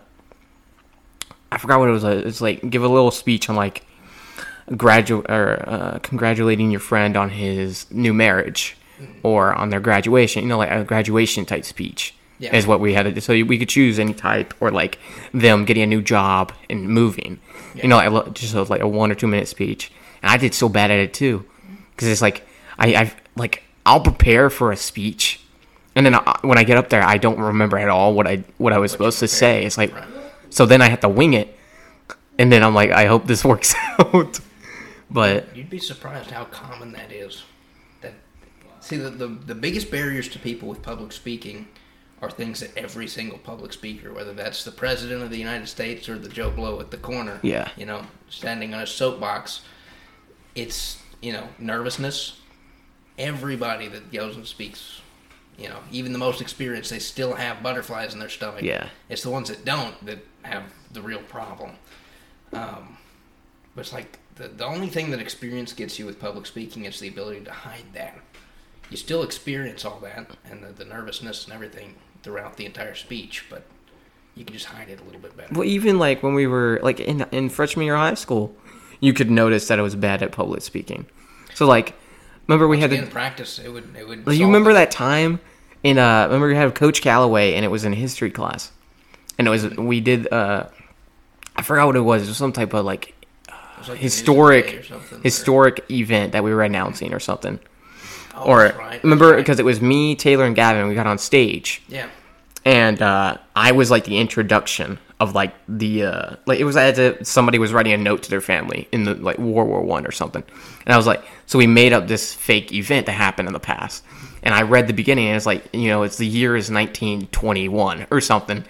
Speaker 1: I forgot what it was. uh, It was like give a little speech on like gradu- or uh, congratulating your friend on his new marriage or on their graduation. You know, like a graduation type speech
Speaker 2: Yeah.
Speaker 1: is what we had to do. So we could choose any type or like them getting a new job and moving. You know, like, a lo- just a, like a one or two minute speech. And I did so bad at it too, because it's like I I like I'll prepare for a speech. And then I, when I get up there, I don't remember at all what I what I was supposed to say. It's like, so then I have to wing it, and then I'm like, I hope this works <laughs> out. But
Speaker 2: You'd be surprised how common that is. That see the, the the biggest barriers to people with public speaking are things that every single public speaker, whether that's the president of the United States or the Joe Blow at the corner,
Speaker 1: Yeah.
Speaker 2: you know, standing on a soapbox, it's you know nervousness. Everybody that goes and speaks, you know, even the most experienced, they still have butterflies in their stomach.
Speaker 1: Yeah.
Speaker 2: it's the ones that don't that have the real problem. Um, But it's like the, the only thing that experience gets you with public speaking is the ability to hide that. You still experience all that and the, the nervousness and everything throughout the entire speech, but you can just hide it a little bit better.
Speaker 1: well, even like when we were like in in freshman year of high school, you could notice that I was bad at public speaking. So like, remember we had to
Speaker 2: In practice, it would it would.
Speaker 1: Like, you
Speaker 2: solve
Speaker 1: remember
Speaker 2: it.
Speaker 1: that time in uh remember we had Coach Calloway and it was in history class. And it was we did uh I forgot what it was, it was some type of like
Speaker 2: It was like the news today or
Speaker 1: historic
Speaker 2: something, or-
Speaker 1: historic event that we were announcing or something.
Speaker 2: Oh,
Speaker 1: Or
Speaker 2: that's right, that's
Speaker 1: remember
Speaker 2: right.
Speaker 1: because it was me, Taylor and Gavin, we got on stage
Speaker 2: yeah,
Speaker 1: and uh, I was like the introduction of like the uh, like it was I had to somebody was writing a note to their family in the like World War One or something, and I was like, so we made up this fake event that happened in the past, and I read the beginning and it's like you know it's the year is 1921 or something,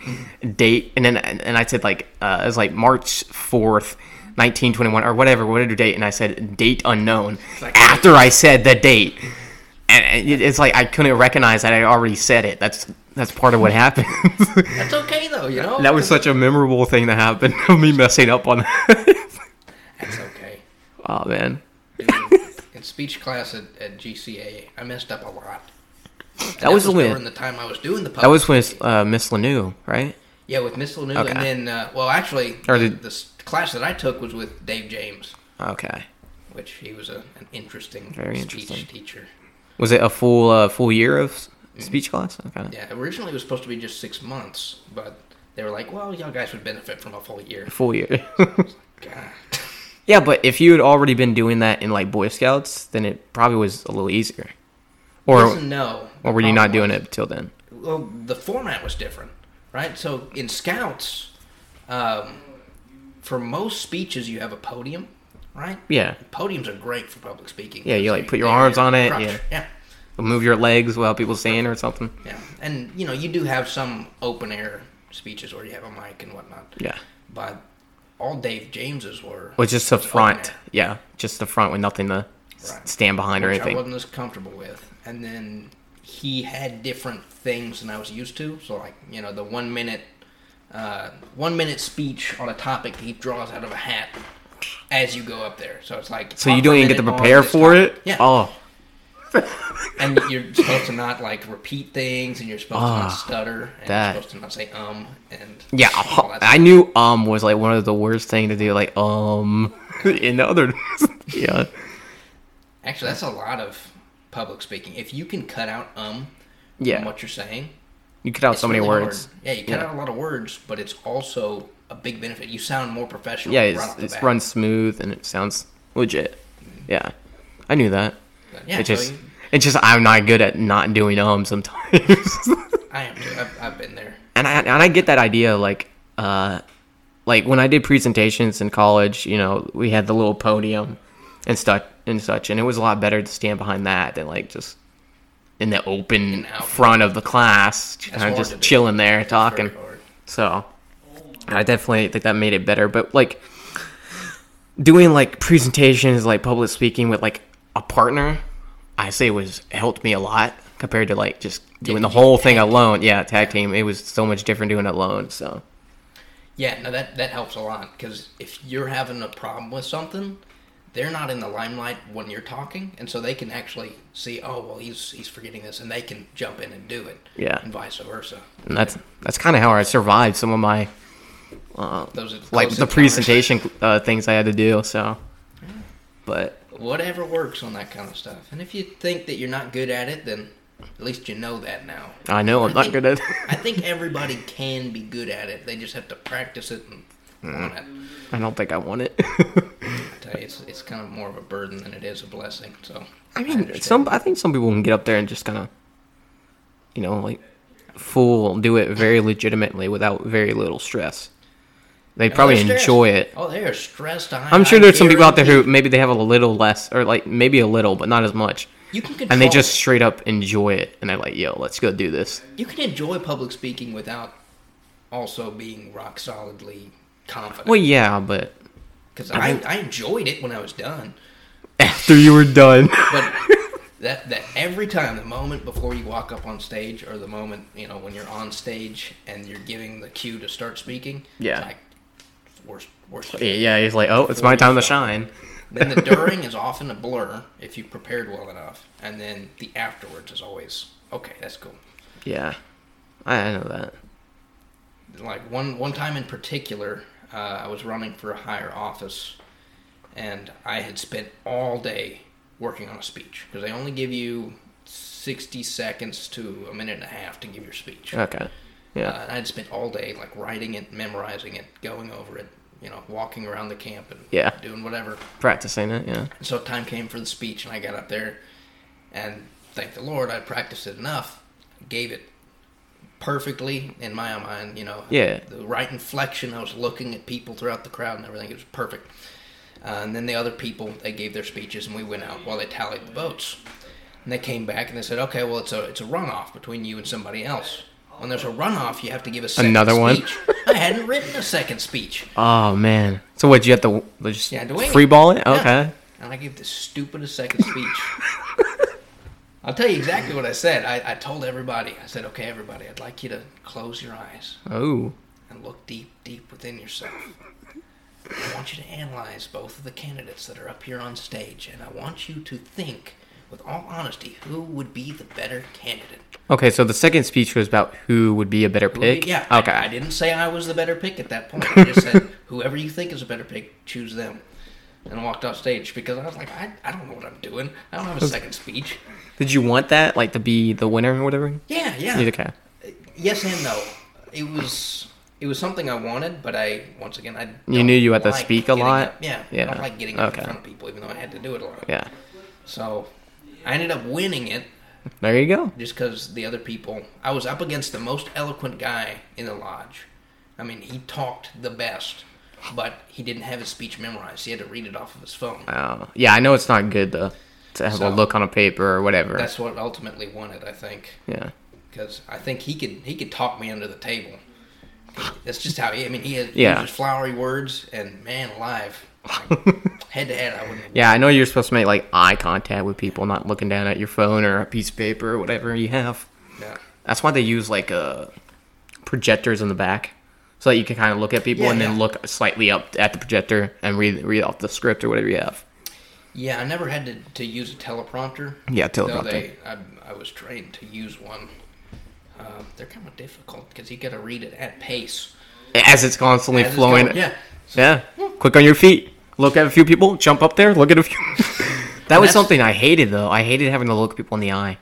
Speaker 1: date and then and I said like uh, it was like March 4th. 1921 or whatever, whatever date, and I said date unknown
Speaker 2: like-
Speaker 1: after I said the date and- and it- it's like I couldn't recognize that I already said it. That's that's part of what happened. <laughs>
Speaker 2: that's okay though. You know
Speaker 1: that was such a memorable thing that happened of <laughs> me messing up on that. <laughs>
Speaker 2: that's okay.
Speaker 1: oh man,
Speaker 2: In speech class at, at GCA, I messed up a lot.
Speaker 1: that, was, the
Speaker 2: during
Speaker 1: win.
Speaker 2: the time I was doing the public.
Speaker 1: That was with uh, Miss Lanou, right?
Speaker 2: Yeah, with Miss Lanou,
Speaker 1: Okay.
Speaker 2: and then uh, well, actually,
Speaker 1: Or
Speaker 2: the,
Speaker 1: did-
Speaker 2: the s- class that I took was with Dave James,
Speaker 1: Okay.
Speaker 2: which he was a, an interesting
Speaker 1: Very
Speaker 2: speech
Speaker 1: interesting.
Speaker 2: teacher.
Speaker 1: Was it a full uh, full year of s- speech class? Okay.
Speaker 2: Yeah, originally it was supposed to be just six months, but they were like, "Well, y'all guys would benefit from a full year."
Speaker 1: Full year. <laughs>
Speaker 2: God.
Speaker 1: yeah, but if you had already been doing that in like Boy Scouts, then it probably was a little easier.
Speaker 2: Yes
Speaker 1: Or
Speaker 2: and no.
Speaker 1: or were you not
Speaker 2: Problem
Speaker 1: doing it till then?
Speaker 2: was- Well, the format was different, right? So in Scouts, um, for most speeches, you have a podium, right?
Speaker 1: Yeah.
Speaker 2: Podiums are great for public speaking.
Speaker 1: Yeah, you, like, put your
Speaker 2: they-
Speaker 1: arms
Speaker 2: they're
Speaker 1: on it,
Speaker 2: crutch.
Speaker 1: yeah.
Speaker 2: yeah.
Speaker 1: Move your legs without people seeing or something.
Speaker 2: Yeah, and you know you do have some open air speeches where you have a mic and whatnot.
Speaker 1: Yeah.
Speaker 2: But all Dave James's were
Speaker 1: Well, just the
Speaker 2: was open
Speaker 1: front.
Speaker 2: air,
Speaker 1: Yeah, just the front with nothing to s-
Speaker 2: Right.
Speaker 1: stand behind or
Speaker 2: which I
Speaker 1: anything.
Speaker 2: wasn't as comfortable with, and then he had different things than I was used to. So like you know the one minute, uh, one minute speech on a topic he draws out of a hat as you go up there. So it's like
Speaker 1: So you
Speaker 2: talk
Speaker 1: don't
Speaker 2: for a
Speaker 1: even get to
Speaker 2: minute on
Speaker 1: prepare
Speaker 2: this
Speaker 1: for
Speaker 2: topic.
Speaker 1: it?
Speaker 2: Yeah.
Speaker 1: Oh,
Speaker 2: and you're supposed to not like repeat things, and you're supposed to not
Speaker 1: Ah,
Speaker 2: stutter, and
Speaker 1: that-
Speaker 2: you're supposed to not say um, and
Speaker 1: yeah.
Speaker 2: all that
Speaker 1: I knew um was like one of the worst thing to do. Like um, <laughs> in the other, <laughs> yeah,
Speaker 2: Actually, that's a lot of public speaking. If you can cut out um
Speaker 1: Yeah.
Speaker 2: from what you're saying,
Speaker 1: you cut out
Speaker 2: it's
Speaker 1: so many
Speaker 2: really
Speaker 1: words.
Speaker 2: hard. Yeah, you cut out a lot of words, but it's also a big benefit. You sound more professional.
Speaker 1: Yeah,
Speaker 2: right
Speaker 1: it's
Speaker 2: off the
Speaker 1: it's
Speaker 2: bat.
Speaker 1: run smooth and it sounds legit. Yeah, I knew that.
Speaker 2: Yeah,
Speaker 1: it just
Speaker 2: so you-
Speaker 1: it's just I'm not good at not doing um sometimes. <laughs>
Speaker 2: I am too. I've, I've been there.
Speaker 1: and I and I get that idea like uh like when I did presentations in college, you know, we had the little podium and stuff and such, and it was a lot better to stand behind that than like just in the open
Speaker 2: out.
Speaker 1: front of the class, kind
Speaker 2: hard
Speaker 1: of
Speaker 2: to
Speaker 1: just
Speaker 2: do.
Speaker 1: chilling there
Speaker 2: Very
Speaker 1: talking.
Speaker 2: hard.
Speaker 1: So I definitely think that made it better. But like doing like presentations, like public speaking with like a partner, I say was helped me a lot compared to like just doing the whole thing alone. Yeah, tag team. It was so much different doing it alone. So
Speaker 2: Yeah, no, that that helps a lot because if you're having a problem with something, they're not in the limelight when you're talking, and so they can actually see, oh, well, he's he's forgetting this, and they can jump in and do it.
Speaker 1: Yeah.
Speaker 2: and vice versa.
Speaker 1: And that's that's kind of how I survived some of my
Speaker 2: Those are
Speaker 1: like
Speaker 2: close
Speaker 1: the
Speaker 2: encounters.
Speaker 1: presentation uh, things I had to do. So, but
Speaker 2: Whatever works on that kind of stuff, and if you think that you're not good at it, then at least you know that now.
Speaker 1: I know I'm not
Speaker 2: think-
Speaker 1: good at.
Speaker 2: I think everybody can be good at it. They just have to practice it and
Speaker 1: Mm-hmm.
Speaker 2: want it.
Speaker 1: <laughs> I don't think I want it. <laughs>
Speaker 2: I tell you, it's it's kind of more of a burden than it is a blessing. So
Speaker 1: I mean,
Speaker 2: understand.
Speaker 1: some I think some people can get up there and just kind of, you know, like fool do it very legitimately without very little stress. They probably
Speaker 2: They're stressed.
Speaker 1: enjoy it.
Speaker 2: Oh, they are stressed. I,
Speaker 1: I'm sure
Speaker 2: I
Speaker 1: there's some people out there
Speaker 2: guarantee-
Speaker 1: who maybe they have a little less or like maybe a little, but not as much.
Speaker 2: you can control
Speaker 1: And they just straight up enjoy it, and they're like, "Yo, let's go do this."
Speaker 2: you can enjoy public speaking without also being rock solidly confident.
Speaker 1: Well, yeah, but <laughs>
Speaker 2: because I, I enjoyed it when I was done,
Speaker 1: after you were done,
Speaker 2: but that that every time the moment before you walk up on stage or the moment you know when you're on stage and you're giving the cue to start speaking,
Speaker 1: Yeah.
Speaker 2: it's like worst
Speaker 1: <laughs>
Speaker 2: worst.
Speaker 1: yeah, he's like, "Oh, it's my time to shine."
Speaker 2: then the during is often a blur if you prepared well enough, and then the afterwards is always okay. That's cool.
Speaker 1: Yeah, I I know that.
Speaker 2: like one one time in particular, uh, I was running for a higher office, and I had spent all day working on a speech because they only give you sixty seconds to a minute and a half to give your speech.
Speaker 1: Okay,
Speaker 2: Uh,
Speaker 1: yeah,
Speaker 2: and I had spent all day like writing it, memorizing it, going over it, you know, walking around the camp and
Speaker 1: Yeah.
Speaker 2: doing whatever.
Speaker 1: practicing it. Yeah,
Speaker 2: And so time came for the speech, and I got up there, and thank the Lord, I practiced it enough, gave it perfectly in my mind. You know,
Speaker 1: Yeah.
Speaker 2: the right inflection. I was looking at people throughout the crowd and everything. It was perfect. Uh, and then the other people, they gave their speeches, and we went out while they tallied the votes. And they came back and they said, "Okay, well, it's a it's a runoff between you and somebody else. When there's a runoff, you have to give a second
Speaker 1: Another one?
Speaker 2: speech. I hadn't written a second speech.
Speaker 1: Oh man. So what? You have to just
Speaker 2: Yeah, Dwayne.
Speaker 1: free ball it?
Speaker 2: Yeah.
Speaker 1: Okay.
Speaker 2: And I gave the stupidest second speech. I'll tell you exactly what I said. I, I told everybody, I said, okay, everybody, I'd like you to close your eyes
Speaker 1: Oh.
Speaker 2: and look deep, deep within yourself. I want you to analyze both of the candidates that are up here on stage, and I want you to think, with all honesty, who would be the better candidate?
Speaker 1: Okay. So the second speech was about who would be a better
Speaker 2: Who would be-
Speaker 1: pick.
Speaker 2: Yeah.
Speaker 1: Okay.
Speaker 2: I, I didn't say I was the better pick at that point. I just
Speaker 1: <laughs>
Speaker 2: said, whoever you think is a better pick, choose them. And I walked off stage because I was like, I, I don't know what I'm doing. I don't have a second speech.
Speaker 1: Did you want that, like, to be the winner or whatever?
Speaker 2: Yeah, yeah.
Speaker 1: Either okay.
Speaker 2: Yes and no. It was it was something I wanted, but I once again I
Speaker 1: You
Speaker 2: don't
Speaker 1: knew you had to
Speaker 2: like
Speaker 1: speak a
Speaker 2: getting
Speaker 1: lot?
Speaker 2: up. Yeah,
Speaker 1: Yeah.
Speaker 2: I don't like getting up
Speaker 1: Okay.
Speaker 2: in front of people, even though I had to do it a lot.
Speaker 1: Yeah.
Speaker 2: So I ended up winning it
Speaker 1: There you go.
Speaker 2: just because the other people i was up against the most eloquent guy in the lodge i mean he talked the best but he didn't have his speech memorized he had to read it off of his phone
Speaker 1: Oh. yeah, I know it's not good to to have
Speaker 2: So-
Speaker 1: a look on a paper or whatever.
Speaker 2: that's what ultimately won it i think
Speaker 1: yeah.
Speaker 2: because i think he could he could talk me under the table that's just how he i mean he had
Speaker 1: Yeah.
Speaker 2: he uses flowery words and man
Speaker 1: <laughs>
Speaker 2: alive head to head i wouldn't
Speaker 1: Yeah, I know you're supposed to make like eye contact with people, not looking down at your phone or a piece of paper or whatever you have.
Speaker 2: yeah.
Speaker 1: That's why they use like uh, projectors in the back, so that you can kind of look at people
Speaker 2: Yeah,
Speaker 1: and then
Speaker 2: yeah.
Speaker 1: look slightly up at the projector and read read off the script or whatever you have.
Speaker 2: Yeah, I never had to, to use a teleprompter.
Speaker 1: Yeah,
Speaker 2: though
Speaker 1: teleprompter.
Speaker 2: They, I, I was trained to use one. Uh, they're kind of difficult because you got to read it at pace.
Speaker 1: As it's constantly
Speaker 2: As it's
Speaker 1: flowing.
Speaker 2: going- yeah.
Speaker 1: yeah. Quick on your feet. Look at a few people. Jump up there. Look at a few. <laughs> that was
Speaker 2: that's-
Speaker 1: something I hated though. I hated having to look people in the eye.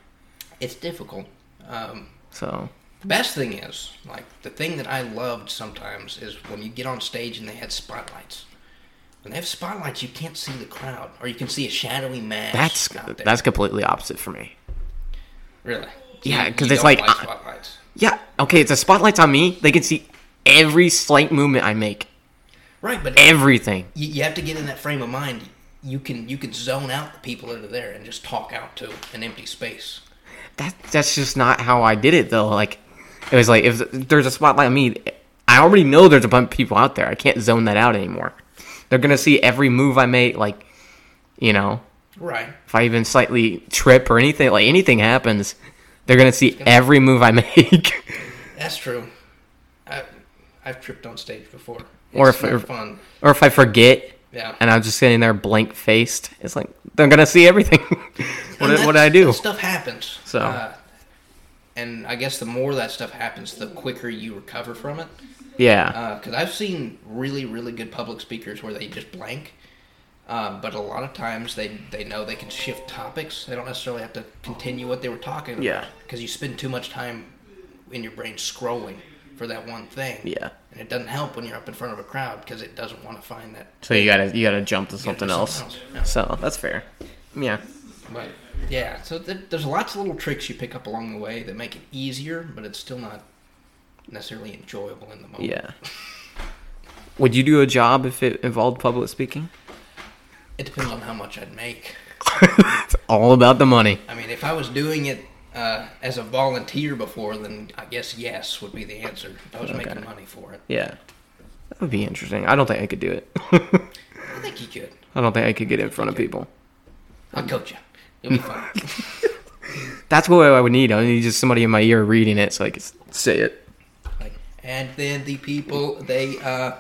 Speaker 2: It's difficult. Um,
Speaker 1: So
Speaker 2: the best thing is, like, the thing that I loved sometimes is when you get on stage and they had spotlights. When they have spotlights, you can't see the crowd, or you can see a shadowy mass.
Speaker 1: that's
Speaker 2: out there.
Speaker 1: that's completely opposite for me.
Speaker 2: really
Speaker 1: Yeah,
Speaker 2: You-
Speaker 1: 'cause
Speaker 2: you
Speaker 1: it's
Speaker 2: don't
Speaker 1: like, I-
Speaker 2: spotlights.
Speaker 1: Yeah. Okay. It's a spotlight's on me. They can see every slight movement I make.
Speaker 2: Right, but
Speaker 1: Everything.
Speaker 2: you, you have to get in that frame of mind. You can you can zone out the people that are there and just talk out to an empty space.
Speaker 1: that that's just not how I did it though. Like it was like if there's a spotlight on me, I already know there's a bunch of people out there. I can't zone that out anymore. They're gonna see every move I make. Like you know,
Speaker 2: Right.
Speaker 1: if I even slightly trip or anything, like anything happens, they're gonna see every move I <laughs> make.
Speaker 2: That's true. I I've tripped on stage before. It's
Speaker 1: Or if-
Speaker 2: not
Speaker 1: or-
Speaker 2: fun.
Speaker 1: or if I forget,
Speaker 2: Yeah.
Speaker 1: and I was just sitting there blank faced. It's like they're gonna see everything. <laughs> what,
Speaker 2: And
Speaker 1: did-
Speaker 2: that-
Speaker 1: what did I do?
Speaker 2: that Stuff happens. Uh,
Speaker 1: So.
Speaker 2: and I guess the more that stuff happens, the quicker you recover from it.
Speaker 1: Yeah,
Speaker 2: Because I've seen really, really good public speakers where they just blank. Um, but a lot of times they, they know they can shift topics. They don't necessarily have to continue what they were talking about.
Speaker 1: Yeah.
Speaker 2: Because you spend too much time in your brain scrolling for that one thing.
Speaker 1: Yeah.
Speaker 2: And it doesn't help when you're up in front of a crowd because it doesn't want to find that.
Speaker 1: so you gotta you gotta jump to
Speaker 2: gotta
Speaker 1: something
Speaker 2: do
Speaker 1: else.
Speaker 2: something else, yeah.
Speaker 1: So that's fair. Yeah,
Speaker 2: But yeah, so th- there's lots of little tricks you pick up along the way that make it easier, but it's still not necessarily enjoyable in the moment.
Speaker 1: yeah. Would you do a job if it involved public speaking?
Speaker 2: It depends on how much I'd make.
Speaker 1: <laughs> It's all about the money.
Speaker 2: I mean, if I was doing it uh, as a volunteer before, then I guess yes would be the answer. If I was making money for it.
Speaker 1: Yeah, that would be interesting. I don't think I could do it. <laughs>
Speaker 2: I think you could.
Speaker 1: I don't think I could get in front of people.
Speaker 2: I'll coach you. You'll be fine.
Speaker 1: That's what I would need. I need just somebody in my ear reading it so I could s- say it.
Speaker 2: Like, and then the people, they, uh,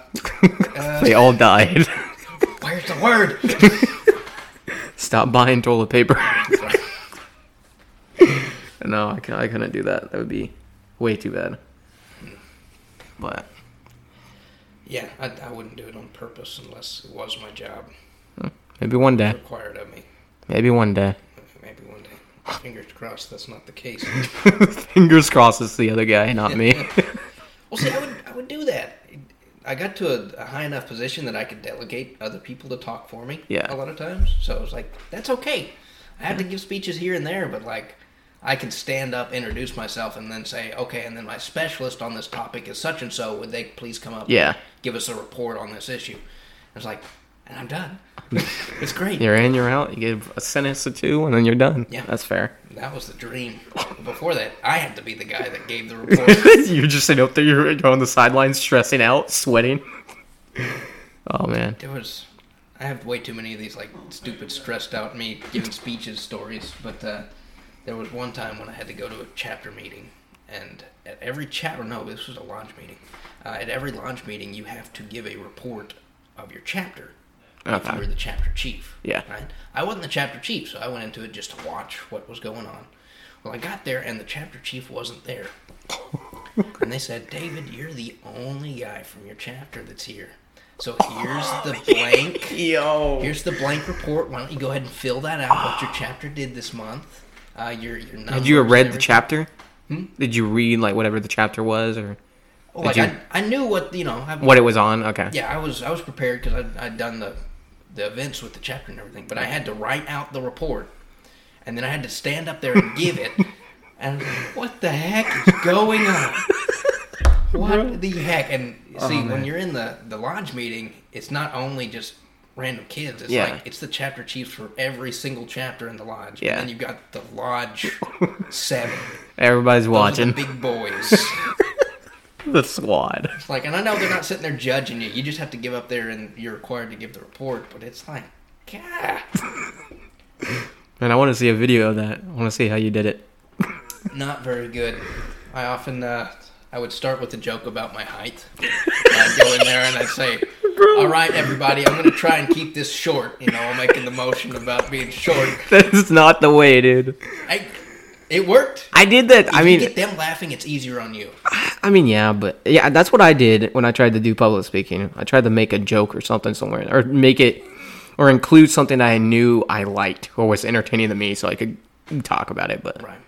Speaker 1: They all died. <laughs>
Speaker 2: where's the word?
Speaker 1: Stop buying toilet paper. <laughs> no, I, cou- I couldn't do that. That would be way too bad. But
Speaker 2: yeah, I, I wouldn't do it on purpose unless it was my job
Speaker 1: maybe one day.
Speaker 2: required of me.
Speaker 1: Maybe one day.
Speaker 2: Maybe one day. Fingers crossed that's not the case.
Speaker 1: <laughs> Fingers crossed it's the other guy, not me.
Speaker 2: Well, see, I would, I would do that. I got to a, a high enough position that I could delegate other people to talk for me.
Speaker 1: Yeah.
Speaker 2: A lot of times, so it was like that's okay. I had to give speeches here and there, but like I can stand up, introduce myself, and then say, okay, and then my specialist on this topic is such and so. Would they please come
Speaker 1: <laughs>
Speaker 2: up?
Speaker 1: Yeah.
Speaker 2: and give us a report on this issue. It's like, and
Speaker 1: <laughs>
Speaker 2: I'm done. it's great.
Speaker 1: you're in, you're out. You give a sentence or two, and then you're done.
Speaker 2: Yeah.
Speaker 1: that's fair.
Speaker 2: That was the dream. Before that, I had to be the guy that gave the report.
Speaker 1: <laughs> you're just sitting up there. You're, you're on the sidelines, stressing out, sweating. Oh man.
Speaker 2: There was, I have way too many of these like stupid, stressed out me giving speeches stories. But uh, there was one time when I had to go to a chapter meeting, and at every chapter, no, this was a lodge meeting. Uh, at every lodge meeting, you have to give a report of your chapter. If
Speaker 1: Okay.
Speaker 2: you were the chapter chief.
Speaker 1: Yeah.
Speaker 2: Right? I wasn't the chapter chief, so I went into it just to watch what was going on. Well, I got there, and the chapter chief wasn't there. And they said, David, you're the only guy from your chapter that's here. So here's the blank.
Speaker 1: Yo.
Speaker 2: Here's the blank report. Why don't you go ahead and fill that out? What your chapter did this month? Uh, your your numbers.
Speaker 1: Did you
Speaker 2: and
Speaker 1: read the
Speaker 2: everything. Hmm?
Speaker 1: chapter? Did you read like whatever the chapter was, or
Speaker 2: Oh, like
Speaker 1: you-
Speaker 2: I, I knew what you know. I,
Speaker 1: what it was on? Okay.
Speaker 2: Yeah, I was I was prepared because I'd, I'd done the the events with the chapter and everything, but I had to write out the report, and then I had to stand up there and give it. And what the heck is going on?
Speaker 1: <laughs>
Speaker 2: What the heck? And
Speaker 1: Oh,
Speaker 2: see, when you're in the the lodge meeting, it's not only just random kids. It's
Speaker 1: Yeah.
Speaker 2: like it's the chapter chiefs for every single chapter in the lodge.
Speaker 1: Yeah.
Speaker 2: And then you've got the
Speaker 1: <laughs>
Speaker 2: lodge seven.
Speaker 1: Everybody's
Speaker 2: Those are the
Speaker 1: watching.
Speaker 2: big boys.
Speaker 1: <laughs> the squad.
Speaker 2: It's like, and I know they're not sitting there judging you. You just have to give up there, and you're required to give the report. But it's like, God,
Speaker 1: And I want to see a video of that. I want to see how you did it. <laughs>
Speaker 2: not very good. I often, uh, I would start with a joke about my height. I'd go in there and I'd say, "All right, everybody, I'm going to try and keep this short." You know, I'm making the motion about being short.
Speaker 1: That's not the way, dude.
Speaker 2: I, it worked.
Speaker 1: I did that. I
Speaker 2: If
Speaker 1: mean,
Speaker 2: you get them laughing, it's easier on you.
Speaker 1: I mean, yeah, but yeah, that's what I did when I tried to do public speaking. I tried to make a joke or something somewhere, or make it, or include something that I knew I liked or was entertaining to me, so I could talk about it. But
Speaker 2: Right.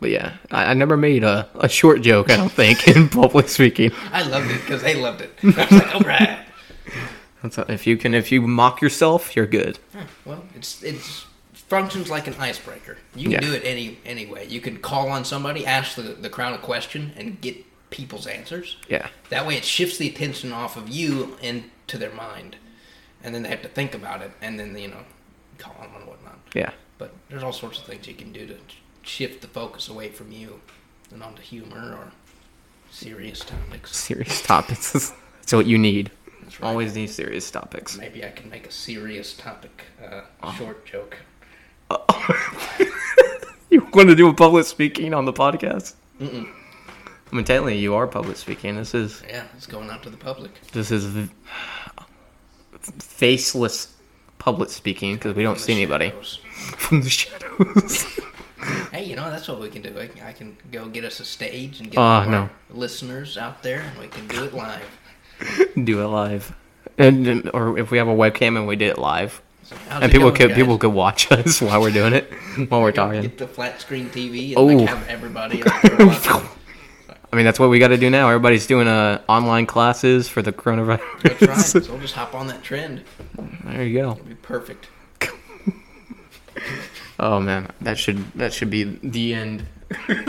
Speaker 1: but yeah, I, I never made a, a short joke. I don't think in <laughs> public speaking.
Speaker 2: I loved it because they loved it. I was like, "All right."
Speaker 1: That's not- if you can, if you mock yourself, you're good.
Speaker 2: Well, it's it's functions like an icebreaker. You can
Speaker 1: Yeah.
Speaker 2: do it any any way. You can call on somebody, ask the, the crowd a question, and get people's answers.
Speaker 1: Yeah.
Speaker 2: That way, it shifts the attention off of you into their mind, and then they have to think about it, and then you know, call on them and whatnot.
Speaker 1: Yeah.
Speaker 2: But there's all sorts of things you can do to shift the focus away from you and onto humor or serious topics.
Speaker 1: Serious topics. <laughs> That's what you need.
Speaker 2: That's right.
Speaker 1: Always need serious topics.
Speaker 2: Maybe I can make a serious topic uh, short joke.
Speaker 1: You want to do a public speaking on the podcast? Mm-mm. I mean, technically, you are public speaking. This is
Speaker 2: Yeah, it's going out to the public.
Speaker 1: this is v- faceless public speaking because we don't see anybody
Speaker 2: Shadows.
Speaker 1: from the shadows.
Speaker 2: Hey, you know that's what we can do. I can, I can go get us a stage and get
Speaker 1: Ah,
Speaker 2: all our
Speaker 1: no.
Speaker 2: listeners out there, and we can do it live.
Speaker 1: <laughs> do it live, and, and- or if we have a webcam and we did it live,
Speaker 2: So how's
Speaker 1: and
Speaker 2: it
Speaker 1: people
Speaker 2: going,
Speaker 1: could
Speaker 2: guys?
Speaker 1: people could watch <laughs> us while we're doing it, while we're talking.
Speaker 2: get the flat screen TV and
Speaker 1: Oh.
Speaker 2: like, have everybody. out
Speaker 1: <laughs>
Speaker 2: there watching.
Speaker 1: I mean, that's what we got to do now. Everybody's doing uh, online classes for the coronavirus.
Speaker 2: That's right. So we'll just hop on that trend.
Speaker 1: <laughs> there you go.
Speaker 2: It'll be perfect.
Speaker 1: Oh man, that should that should be the end.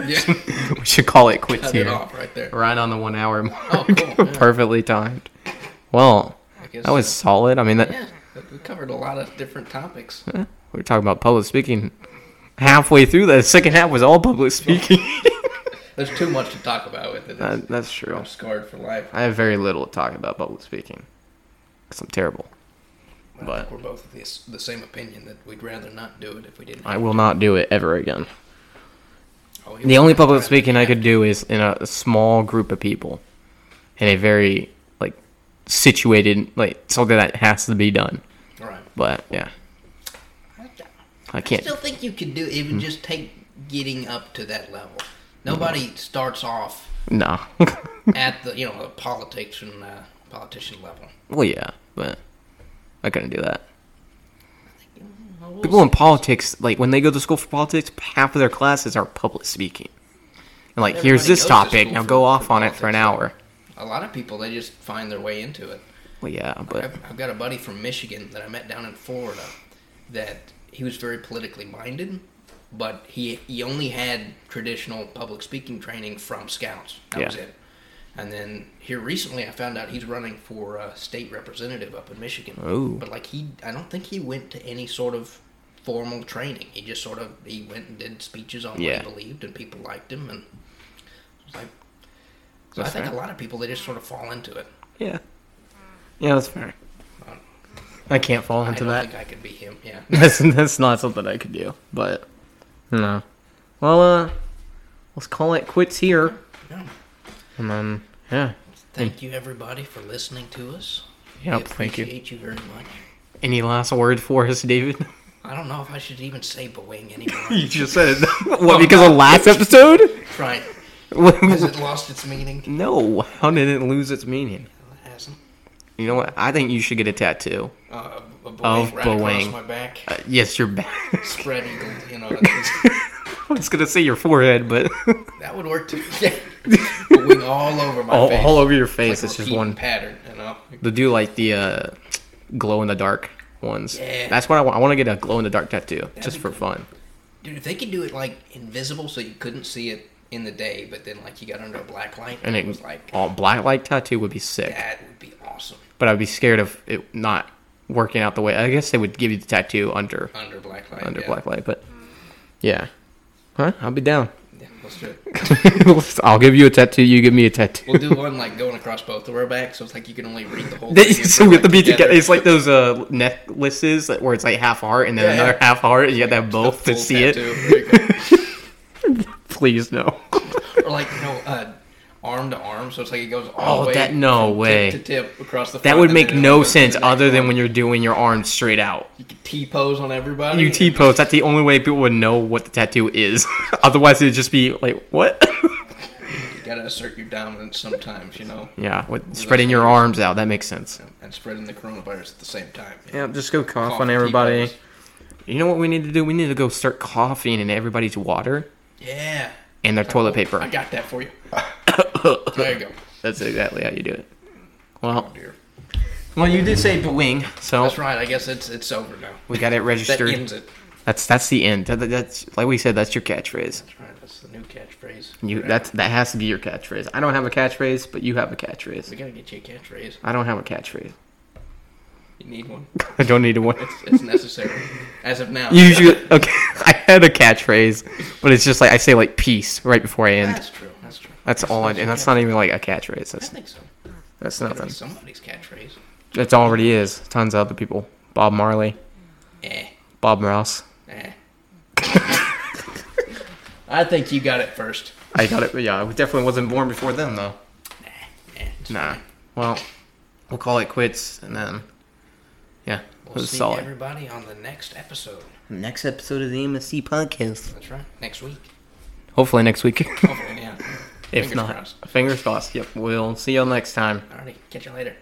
Speaker 2: Yeah,
Speaker 1: <laughs> We should call it quits
Speaker 2: cut
Speaker 1: here.
Speaker 2: it off right there.
Speaker 1: Right on the one hour mark. <laughs>
Speaker 2: Oh, cool. Yeah.
Speaker 1: Perfectly timed. Well,
Speaker 2: I guess,
Speaker 1: that was solid. I mean, that,
Speaker 2: Yeah, we covered a lot of different topics.
Speaker 1: eh, we <laughs> were talking about public speaking. Halfway through the second half was all <laughs> public speaking.
Speaker 2: There's too much to talk about with it.
Speaker 1: that, that's true.
Speaker 2: I'm scarred for life.
Speaker 1: I have very little to talk about public speaking because I'm terrible.
Speaker 2: I
Speaker 1: But
Speaker 2: think we're both of the, s- the same opinion that we'd rather not do it if we didn't.
Speaker 1: I will not do it ever again.
Speaker 2: Oh, here
Speaker 1: The
Speaker 2: we
Speaker 1: only
Speaker 2: go.
Speaker 1: public speaking I could do is in a small group of people, in a very like situated like something that has to be done.
Speaker 2: All right.
Speaker 1: But yeah, I
Speaker 2: I
Speaker 1: can't. <laughs> Hmm.
Speaker 2: still think you could do it. It would just take getting up to that level. Nobody starts off
Speaker 1: No.
Speaker 2: at the you know the politics and uh, politician level.
Speaker 1: <laughs> well, yeah, but I couldn't do that.
Speaker 2: Well, we'll
Speaker 1: People in politics, like when they go to school for politics, half of their classes are public speaking. And like, here's
Speaker 2: Everybody
Speaker 1: this
Speaker 2: goes to
Speaker 1: topic.
Speaker 2: school
Speaker 1: Now
Speaker 2: for-
Speaker 1: go off
Speaker 2: for
Speaker 1: on it for an hour.
Speaker 2: see. a lot of people they just find their way into it.
Speaker 1: Well, yeah, but
Speaker 2: I've, I've got a buddy from Michigan that I met down in Florida that he was very politically minded, but he he only had traditional public speaking training from scouts. That was
Speaker 1: Yeah.
Speaker 2: it. And then here recently, I found out he's running for uh, state representative up in Michigan.
Speaker 1: Ooh.
Speaker 2: But like he, I don't think he went to any sort of formal training. He just sort of he went and did speeches on
Speaker 1: Yeah.
Speaker 2: what he believed, and people liked him. And it was like, so I
Speaker 1: That's
Speaker 2: think
Speaker 1: fair.
Speaker 2: a lot of people they just sort of fall into it.
Speaker 1: yeah, yeah, that's fair. I can't fall
Speaker 2: I
Speaker 1: into
Speaker 2: don't
Speaker 1: that.
Speaker 2: think I could be him. Yeah.
Speaker 1: <laughs> that's that's not something I could do. But no. Well, uh, let's call it quits here,
Speaker 2: Yeah.
Speaker 1: and then yeah,
Speaker 2: Thank you, everybody, for listening to us.
Speaker 1: yeah.
Speaker 2: we
Speaker 1: Thank you.
Speaker 2: appreciate you. very much.
Speaker 1: Any last word for us, David?
Speaker 2: I don't know if I should even say boing anymore.
Speaker 1: <laughs> you just said it. <laughs> what because of last <laughs> episode?
Speaker 2: right. Has it lost its meaning?
Speaker 1: no, how did it lose its meaning?
Speaker 2: It hasn't.
Speaker 1: You know what? I think you should get a tattoo.
Speaker 2: Uh, a boing
Speaker 1: Of
Speaker 2: right
Speaker 1: boing.
Speaker 2: across my back.
Speaker 1: Uh, yes, your <laughs> back.
Speaker 2: Spread eagle, you know.
Speaker 1: <laughs> I was gonna say your forehead, but <laughs>
Speaker 2: That would work too. <laughs> Yeah. boing all over my
Speaker 1: all,
Speaker 2: face.
Speaker 1: all over your
Speaker 2: Like
Speaker 1: face.
Speaker 2: a
Speaker 1: it's just
Speaker 2: repeating
Speaker 1: one.
Speaker 2: pattern, you know.
Speaker 1: They do like the uh, glow in the dark ones.
Speaker 2: Yeah.
Speaker 1: That's what I want. I want to get a glow in the dark tattoo just
Speaker 2: be
Speaker 1: for fun.
Speaker 2: Dude, if they could do it like invisible, so you couldn't see it in the day, but then like you got under a black light,
Speaker 1: And it
Speaker 2: was like
Speaker 1: all black light tattoo would be sick.
Speaker 2: that would be awesome
Speaker 1: But I'd be scared of it not working out the way. I guess they would give you the tattoo under
Speaker 2: under black light.
Speaker 1: under
Speaker 2: yeah.
Speaker 1: black light, but yeah. Huh? I'll be <laughs> down.
Speaker 2: Yeah, let's do it.
Speaker 1: I'll give you a tattoo. You give me a tattoo.
Speaker 2: We'll do one like going across both of our backs, so it's like you can only read the
Speaker 1: <laughs>
Speaker 2: whole.
Speaker 1: They-
Speaker 2: thing
Speaker 1: so we have to be together.
Speaker 2: It's
Speaker 1: It's like those uh, necklaces that, where it's like half heart and then
Speaker 2: Yeah,
Speaker 1: another
Speaker 2: yeah.
Speaker 1: half heart, and you have to have
Speaker 2: the
Speaker 1: both to
Speaker 2: full
Speaker 1: see
Speaker 2: tattoo.
Speaker 1: it.
Speaker 2: There you
Speaker 1: Please
Speaker 2: <laughs>
Speaker 1: no.
Speaker 2: go. Or like you know, uh, arm to arm, so it's like it goes all
Speaker 1: Oh,
Speaker 2: the way.
Speaker 1: that- no
Speaker 2: from
Speaker 1: way.
Speaker 2: Tip to tip across the.
Speaker 1: That
Speaker 2: front,
Speaker 1: would
Speaker 2: and
Speaker 1: make
Speaker 2: then it
Speaker 1: no
Speaker 2: goes to the
Speaker 1: sense
Speaker 2: next
Speaker 1: other than
Speaker 2: one.
Speaker 1: when you're doing your arms straight out.
Speaker 2: you could T pose on everybody.
Speaker 1: You T post. That's the only way people would know what the tattoo is. <laughs> Otherwise, it'd just be like, what? <laughs>
Speaker 2: You gotta assert your dominance sometimes, you know,
Speaker 1: yeah, with spreading your arms out. That makes sense.
Speaker 2: and spreading the coronavirus at the same time.
Speaker 1: Yeah, just go cough,
Speaker 2: Cough
Speaker 1: on
Speaker 2: T-pose.
Speaker 1: everybody. You know what we need to do? We need to go start coughing in everybody's water
Speaker 2: Yeah.
Speaker 1: and their toilet
Speaker 2: I <coughs>
Speaker 1: paper.
Speaker 2: got that for you. there you go.
Speaker 1: That's exactly how you do it.
Speaker 2: Oh,
Speaker 1: Well,
Speaker 2: dear.
Speaker 1: well, you did say wing, so
Speaker 2: That's right. I guess it's it's over now.
Speaker 1: we got it
Speaker 2: That
Speaker 1: registered.
Speaker 2: ends it.
Speaker 1: That's that's the end. That- that- that's like we said. That's your catchphrase.
Speaker 2: That's right. That's the new catchphrase.
Speaker 1: You
Speaker 2: Whatever.
Speaker 1: that's that has to be your catchphrase. I don't have a catchphrase, but you have a
Speaker 2: We
Speaker 1: catchphrase.
Speaker 2: gotta get you a catchphrase.
Speaker 1: I don't have a catchphrase. <laughs>
Speaker 2: You need one.
Speaker 1: I don't need one.
Speaker 2: It's, it's necessary. As
Speaker 1: <laughs>
Speaker 2: of now.
Speaker 1: Usually, okay. I had a catchphrase, but it's just like I say like peace right before I end.
Speaker 2: That's true. That's true.
Speaker 1: That's all I, and that's not even like a catchphrase.
Speaker 2: I
Speaker 1: That's
Speaker 2: think so.
Speaker 1: that's
Speaker 2: Gotta be
Speaker 1: nothing.
Speaker 2: somebody's catchphrase.
Speaker 1: It already is. Tons of other people. Bob Marley,
Speaker 2: Eh.
Speaker 1: Bob Ross.
Speaker 2: Eh. I think you got it first.
Speaker 1: I got it. Yeah, I definitely wasn't born before them though.
Speaker 2: Eh, it's
Speaker 1: Nah.
Speaker 2: fine.
Speaker 1: Well, we'll call it quits and then Yeah,
Speaker 2: We'll
Speaker 1: it was
Speaker 2: see
Speaker 1: solid.
Speaker 2: everybody on the next episode.
Speaker 1: Next episode of the MSC podcast.
Speaker 2: That's right. Next
Speaker 1: <laughs>
Speaker 2: week.
Speaker 1: Hopefully next week. <laughs>
Speaker 2: Hopefully, yeah.
Speaker 1: if
Speaker 2: Fingers
Speaker 1: not,
Speaker 2: crossed.
Speaker 1: fingers crossed. Yep, we'll see y'all next time.
Speaker 2: Alrighty. Catch you later.